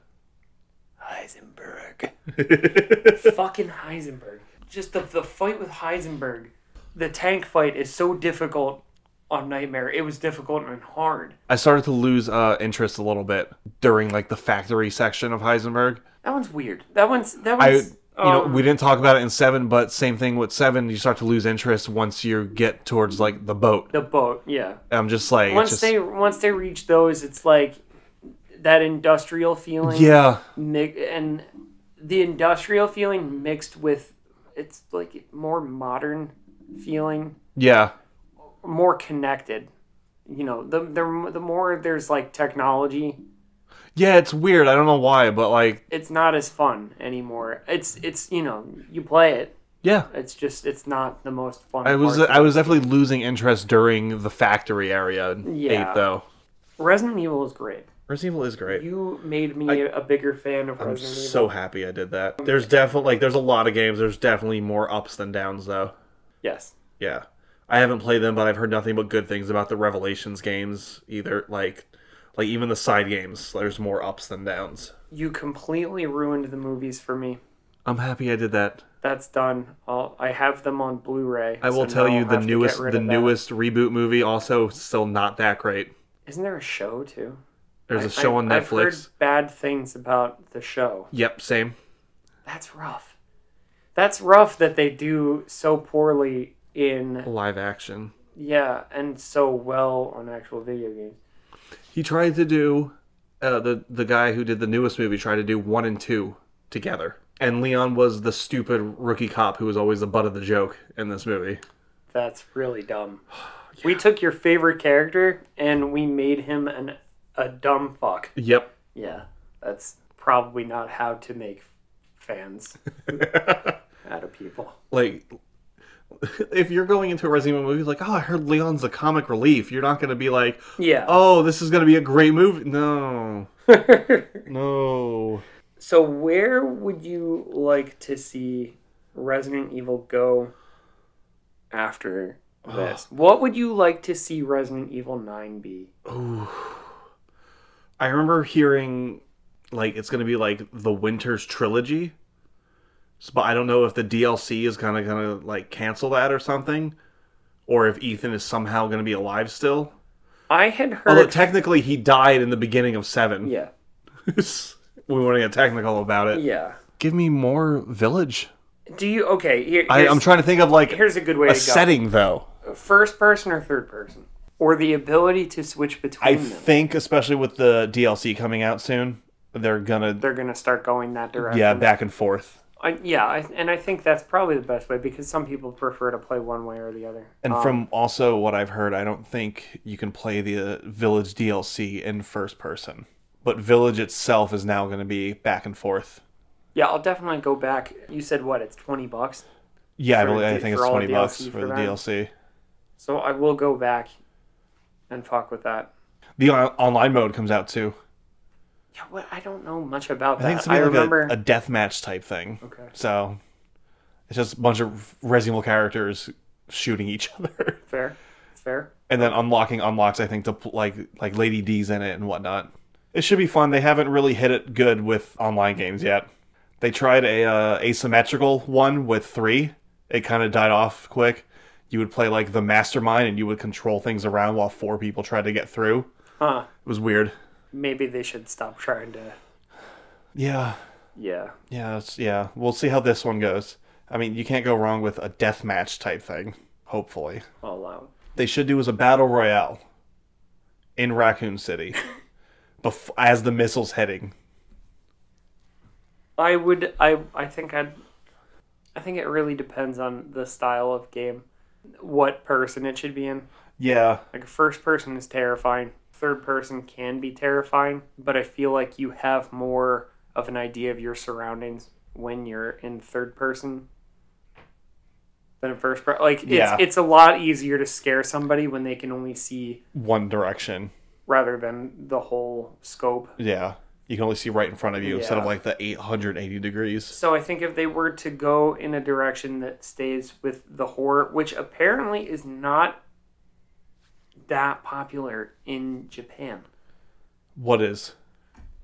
B: heisenberg fucking Heisenberg. Just the, the fight with Heisenberg. The tank fight is so difficult on Nightmare. It was difficult and hard.
A: I started to lose uh, interest a little bit during like the factory section of Heisenberg.
B: That one's weird. That one's that
A: I you
B: one's
A: know,
B: um,
A: we didn't talk about it in 7, but same thing with 7, you start to lose interest once you get towards like the boat.
B: the boat, yeah.
A: I'm just like it's
B: Once
A: just,
B: they once they reach those, it's like that industrial feeling
A: Yeah.
B: mi- and the industrial feeling mixed with it's like more modern feeling.
A: Yeah.
B: more connected. You know, the the, the more there's like technology,
A: Yeah, it's weird. I don't know why, but like
B: it's not as fun anymore. It's it's you know you play it.
A: yeah.
B: It's just it's not the most fun.
A: I was uh,
B: part.
A: I was definitely losing interest during the factory area in
B: Yeah.
A: 8 though.
B: Resident Evil is great.
A: Resident Evil is great.
B: You made me a bigger fan of
A: I'm
B: Resident Evil.
A: so happy I did that. There's definitely like there's a lot of games. There's definitely more ups than downs though.
B: Yes,
A: Yeah, I haven't played them, but I've heard nothing but good things about the Revelations games either. Like, like even the side games. There's more ups than downs.
B: you completely ruined the movies for me.
A: I'm happy I did that.
B: That's done. I'll, I have them on Blu-ray.
A: I will
B: so
A: tell
B: now
A: you
B: I'll
A: the
B: have to get
A: newest
B: rid
A: the
B: of that.
A: newest reboot movie also still not that great.
B: Isn't there a show too?
A: There's a
B: I-
A: show on
B: I- I've
A: Netflix.
B: heard bad things about the show.
A: Yep, same.
B: That's rough. That's rough that they do so poorly in
A: Live action.
B: yeah, and so well on actual video games.
A: He tried to do uh, the the guy who did the newest movie tried to do one and two together, and Leon was the stupid rookie cop who was always the butt of the joke in this movie.
B: That's really dumb. We took your favorite character and we made him an a dumb fuck.
A: Yep.
B: Yeah. That's probably not how to make fans out of people.
A: like if you're going into a Resident Evil movie like, oh, I heard Leon's the comic relief, you're not going to be like,
B: Yeah.
A: oh, this is going to be a great movie. No, no.
B: so where would you like to see Resident Evil go after this? What would you like to see Resident Evil 9 be?
A: I remember hearing like it's going to be like the Winter's trilogy, So- but I don't know if the DLC is kind of going to like cancel that or something, or if Ethan is somehow going to be alive still.
B: I had
A: Although
B: heard
A: technically he died in the beginning of seven.
B: Yeah.
A: we want to get technical about it.
B: Yeah.
A: Give me more village.
B: Do you okay, here,
A: I,
B: here's-
A: I'm trying to think of like
B: here's a good way
A: a
B: to
A: setting though.
B: go. First person or third person? Or the ability to switch between
A: I
B: them.
A: think, especially with the DLC coming out soon, they're gonna
B: they're gonna start going that direction.
A: yeah back and forth.
B: I, yeah, I, and I think that's probably the best way because some people prefer to play one way or the other.
A: And
B: Um,
A: from also what I've heard, I don't think you can play the uh, Village DLC in first person, but Village itself is now going to be back and forth.
B: yeah, I'll definitely go back. You said what? It's twenty bucks,
A: Yeah, I,
B: For
A: believe, I
B: the-
A: think
B: for
A: it's
B: all
A: twenty
B: the
A: bucks
B: DLC
A: for
B: for
A: the
B: that?
A: DLC.
B: so I will go back and fuck with that.
A: The on- online mode comes out too.
B: Yeah, what? I don't know much about
A: I think it's
B: that. I,
A: gonna be like
B: remember.
A: a, a deathmatch type thing.
B: Okay.
A: So it's just a bunch of Resident Evil characters shooting each other,
B: Fair, fair.
A: and then unlocking unlocks. I think to pl- like like Lady D's in it and whatnot. It should be fun. They haven't really hit it good with online games yet. They tried a uh, asymmetrical one with three. It kind of died off quick. You would play like the mastermind, and you would control things around while four people tried to get through. It
B: Huh?
A: was weird.
B: Maybe they should stop trying to.
A: Yeah,
B: Yeah.
A: Yeah, it's, yeah. We'll see how this one goes. I mean, you can't go wrong with a deathmatch type thing, hopefully.
B: All out.
A: They should do is a battle royale in Raccoon City bef- as the missile's heading.
B: I would. I. I think I'd. I think it really depends on the style of game, what person it should be in.
A: Yeah.
B: Like first person is terrifying. Third person can be terrifying, but I feel like you have more of an idea of your surroundings when you're in third person than in first person. Like it's
A: Yeah.
B: it's a lot easier to scare somebody when they can only see
A: One direction.
B: rather than the whole scope.
A: Yeah. You can only see right in front of you instead of
B: Yeah.
A: like the 880 degrees.
B: So I think if they were to go in a direction that stays with the horror, which apparently is not that popular in Japan.
A: What is?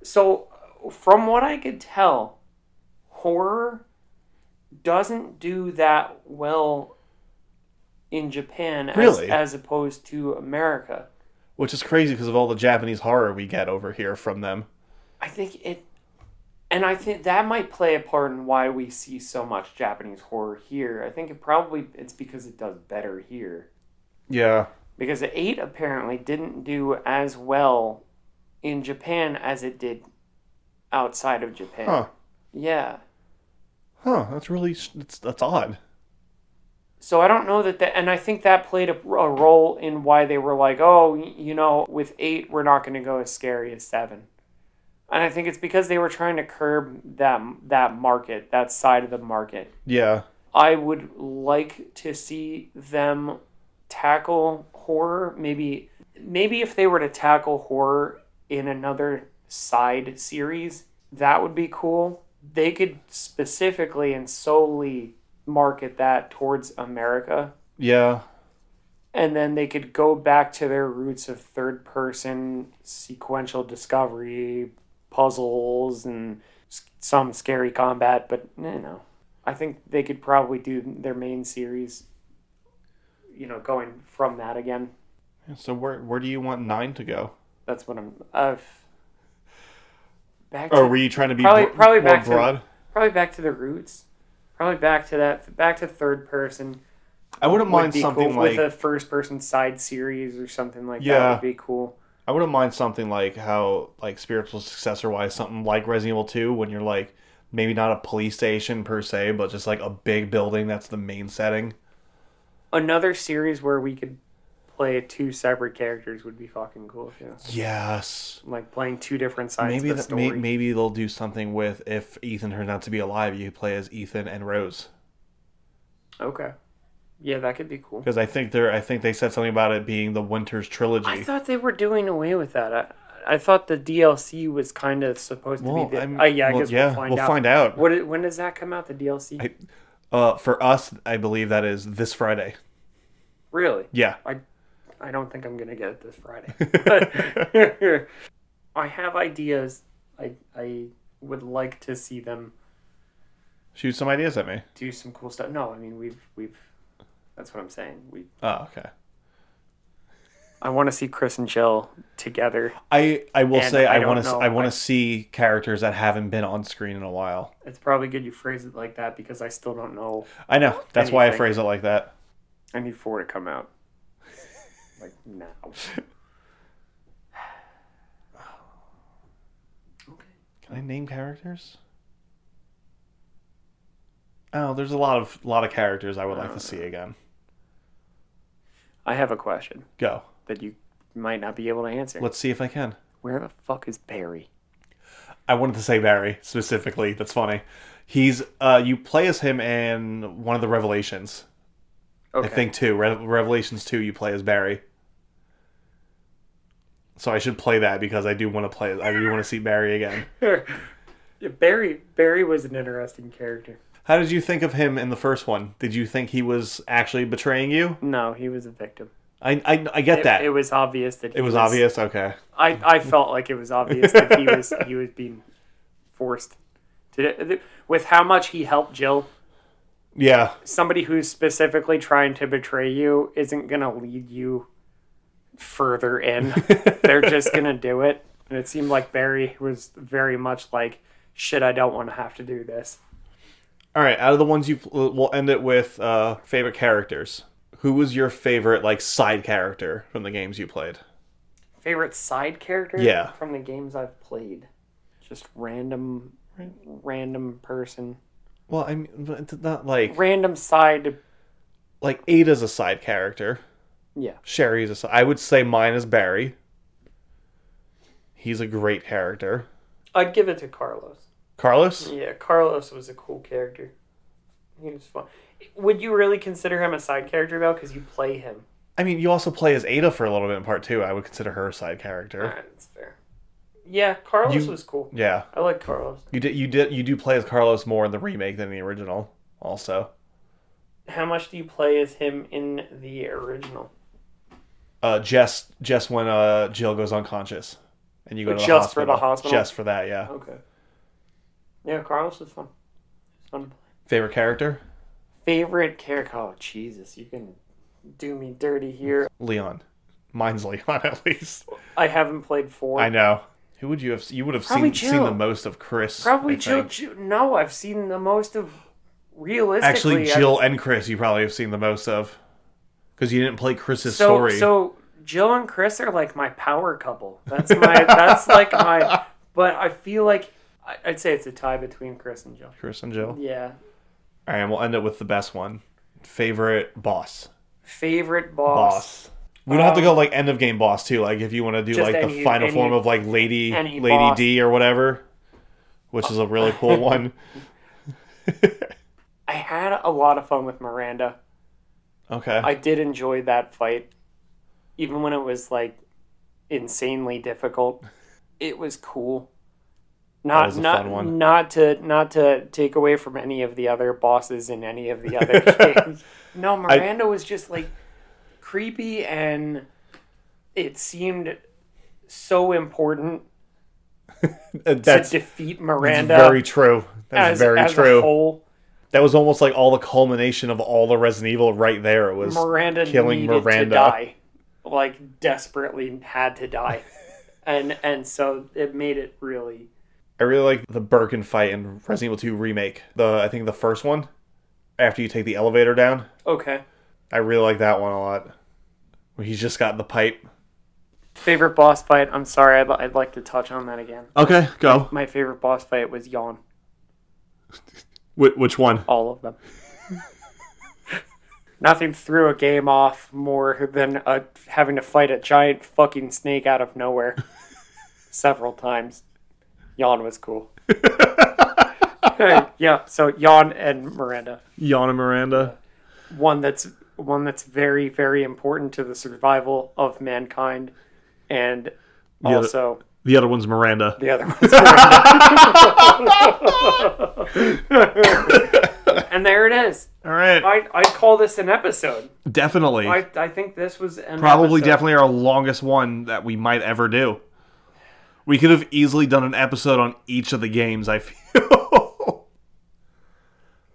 B: So, from what I could tell, horror doesn't do that well in Japan as,
A: Really?
B: as opposed to America.
A: Which is crazy because of all the Japanese horror we get over here from them.
B: I think it, and I think that might play a part in why we see so much Japanese horror here. I think it probably it's because it does better here
A: Yeah.
B: because the eight apparently didn't do as well in Japan as it did outside of Japan.
A: Huh.
B: Yeah.
A: Huh. That's really, that's, that's odd.
B: So I don't know that that, and I think that played a, a role in why they were like, oh, y- you know, with eight, we're not going to go as scary as seven. And I think it's because they were trying to curb that that market, that side of the market.
A: Yeah.
B: I would like to see them tackle horror. Maybe, maybe if they were to tackle horror in another side series, that would be cool. They could specifically and solely market that towards America,
A: Yeah.
B: and then they could go back to their roots of third person sequential discovery puzzles and s- some scary combat but you know i think they could probably do their main series you know going from that again
A: So where, where do you want nine to go?
B: that's what i'm i've back to,
A: Or were you trying to be
B: Probably-
A: bro-
B: probably
A: more
B: back to-
A: broad?
B: probably back to the roots probably back to that back to third person
A: I wouldn't
B: would
A: mind
B: be
A: something
B: cool
A: like
B: with a first person side series or something like
A: Yeah.
B: that would be cool
A: I wouldn't mind something like how like spiritual successor wise something like Resident Evil Two when you're like maybe not a police station per se but just like a big building that's the main setting.
B: another series where we could play two separate characters would be fucking cool too.
A: Yes.
B: Like playing two different sides
A: Maybe
B: of the
A: that, may,
B: story.
A: maybe they'll do something with if Ethan turns out to be alive, you play as Ethan and Rose
B: Okay. Yeah, that could be cool.
A: because I think they're I think they said something about it being the Winter's trilogy.
B: I thought they were doing away with that. I, I thought the DLC was kind of supposed to
A: Well,
B: be. The,
A: I'm-
B: uh, yeah, I
A: well,
B: guess
A: yeah,
B: we'll find
A: we'll
B: out.
A: find out.
B: What? i- When does that come out? The DLC?
A: I- uh, for us, I believe that is this Friday.
B: really?
A: Yeah.
B: I I don't think I'm gonna get it this Friday. I have ideas. I I would like to see them
A: Shoot some ideas at me.
B: do some cool stuff. No, I mean we've we've. That's what I'm saying. We
A: Oh, okay.
B: I want to see Chris and Jill together.
A: I I will
B: And
A: say
B: I
A: I
B: don't
A: want to
B: know,
A: I want
B: like-
A: to see characters that haven't been on screen in a while.
B: It's probably good you phrase it like that because I still don't know.
A: I know that's why I
B: Anything.
A: phrase it like that.
B: I need four to come out. Like now. okay.
A: Can I name characters? Oh, there's a lot of lot of characters I would like to see again.
B: I have a question
A: Go.
B: that you might not be able to answer.
A: Let's see if I can.
B: Where the fuck is Barry?
A: I wanted to say Barry specifically. That's funny. He's uh, you play as him in one of the Revelations.
B: Okay.
A: I think two Re- Revelations two. You play as Barry. So I should play that because I do want to play. I do want to see Barry again.
B: Yeah, Barry Barry was an interesting character.
A: How did you think of him in the first one? Did you think he was actually betraying you?
B: No, he was a victim.
A: I I, I get
B: It,
A: that.
B: it was obvious that he
A: it was obvious. Okay.
B: I, I felt like it was obvious that he was he was being forced to with how much he helped Jill.
A: Yeah.
B: Somebody who's specifically trying to betray you isn't gonna lead you further in. They're just gonna do it. And it seemed like Barry was very much like, "Shit, I don't want to have to do this."
A: All right, out of the ones you we'll end it with uh favorite characters. Who was your favorite like side character from the games you played?
B: Favorite side character?
A: Yeah.
B: From the games I've played, just random, random person,
A: Well, I mean but it's not like
B: random side.
A: like Ada's a side character.
B: Yeah.
A: Sherry's a si- I would say mine is Barry. He's a great character.
B: I'd give it to Carlos.
A: Carlos?
B: Yeah, Carlos was a cool character. He was fun. Would you really consider him a side character though? Because you play him.
A: I mean, you also play as Ada for a little bit in part 2. I would consider her a side character.
B: All right, that's fair. Yeah, Carlos
A: You-
B: was cool.
A: Yeah.
B: I like Carlos.
A: You did you did you do play as Carlos more in the remake than in the original also.
B: How much do you play as him in the original?
A: uh, Jess Jess when uh, Jill goes unconscious, and you go
B: Oh,
A: to the
B: just for
A: hospital.
B: the hospital?
A: Just for that, yeah.
B: Okay. Yeah, Carlos was fun. It was fun to play.
A: Favorite character,
B: Favorite character? Oh Jesus, you can do me dirty here.
A: Leon. Mine's Leon at least.
B: I haven't played four.
A: I know. Who would you have? You would have
B: Probably
A: seen seen the
B: Jill.
A: most of Chris.
B: Probably
A: I
B: Jill,
A: think.
B: Jill. No, I've seen the most of. Realistically,
A: Actually,
B: I-
A: Jill and Chris, you probably have seen the most of, because you didn't play Chris's
B: so,
A: story.
B: So Jill and Chris are like my power couple. That's my. that's like my. But I feel like I- I'd say it's a tie between Chris and Jill.
A: Chris and Jill.
B: Yeah.
A: All right, and we'll end it with the best one. Favorite boss.
B: Favorite boss. Um,
A: Boss. We don't have to go like end of game boss too. Like if you want to do
B: Just
A: like
B: any-
A: the final
B: any-
A: form of like Lady
B: any
A: Lady
B: boss.
A: D or whatever, which is a really cool one.
B: I had a lot of fun with Miranda.
A: Okay.
B: I did enjoy that fight, even when it was like insanely difficult. It was cool. Not
A: was a
B: not
A: fun one.
B: not to not to take away from any of the other bosses in any of the other games. No, Miranda was just like creepy, and it seemed so important
A: that's
B: to defeat Miranda
A: very true. That's
B: as,
A: very
B: as a
A: true.
B: whole.
A: That was almost like all the culmination of all the Resident Evil right there. It was
B: Miranda
A: killing
B: needed
A: Miranda.
B: to die, like desperately had to die, and and so it made it really
A: I really like the Birkin fight in Resident Evil 2 remake. The I think the first one after you take the elevator down.
B: okay.
A: I really like that one a lot. Where he's just got the pipe.
B: Favorite boss fight? I'm sorry, I'd, li- I'd like to touch on that again.
A: Okay, go.
B: My favorite boss fight was Yawn.
A: Wh- which one?
B: All of them. Nothing threw a game off more than uh having to fight a giant fucking snake out of nowhere several times. Yawn was cool. yeah, so Yawn and Miranda.
A: Yana Miranda.
B: one that's one that's very very important to the survival of mankind and
A: other-
B: also
A: The other one's Miranda.
B: the other one's and there it is
A: All right.
B: I, i call this an episode
A: Definitely.
B: i, I think this was an
A: Probably
B: episode.
A: definitely our longest one that we might ever do. We could have easily done an episode on each of the games, I feel.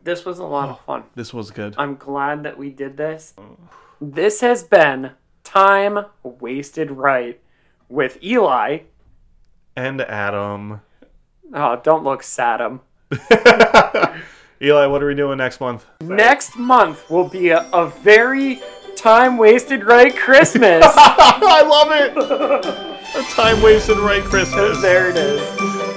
B: this was a lot of fun
A: this was good.
B: i'm glad that we did this
A: Oh.
B: this has been time wasted right with eli
A: And Adam.
B: oh don't look sad him
A: Eli, what are we doing next month?
B: Next month will be a, a very time wasted right Christmas.
A: I love it! a time wasted right Christmas.
B: there it is.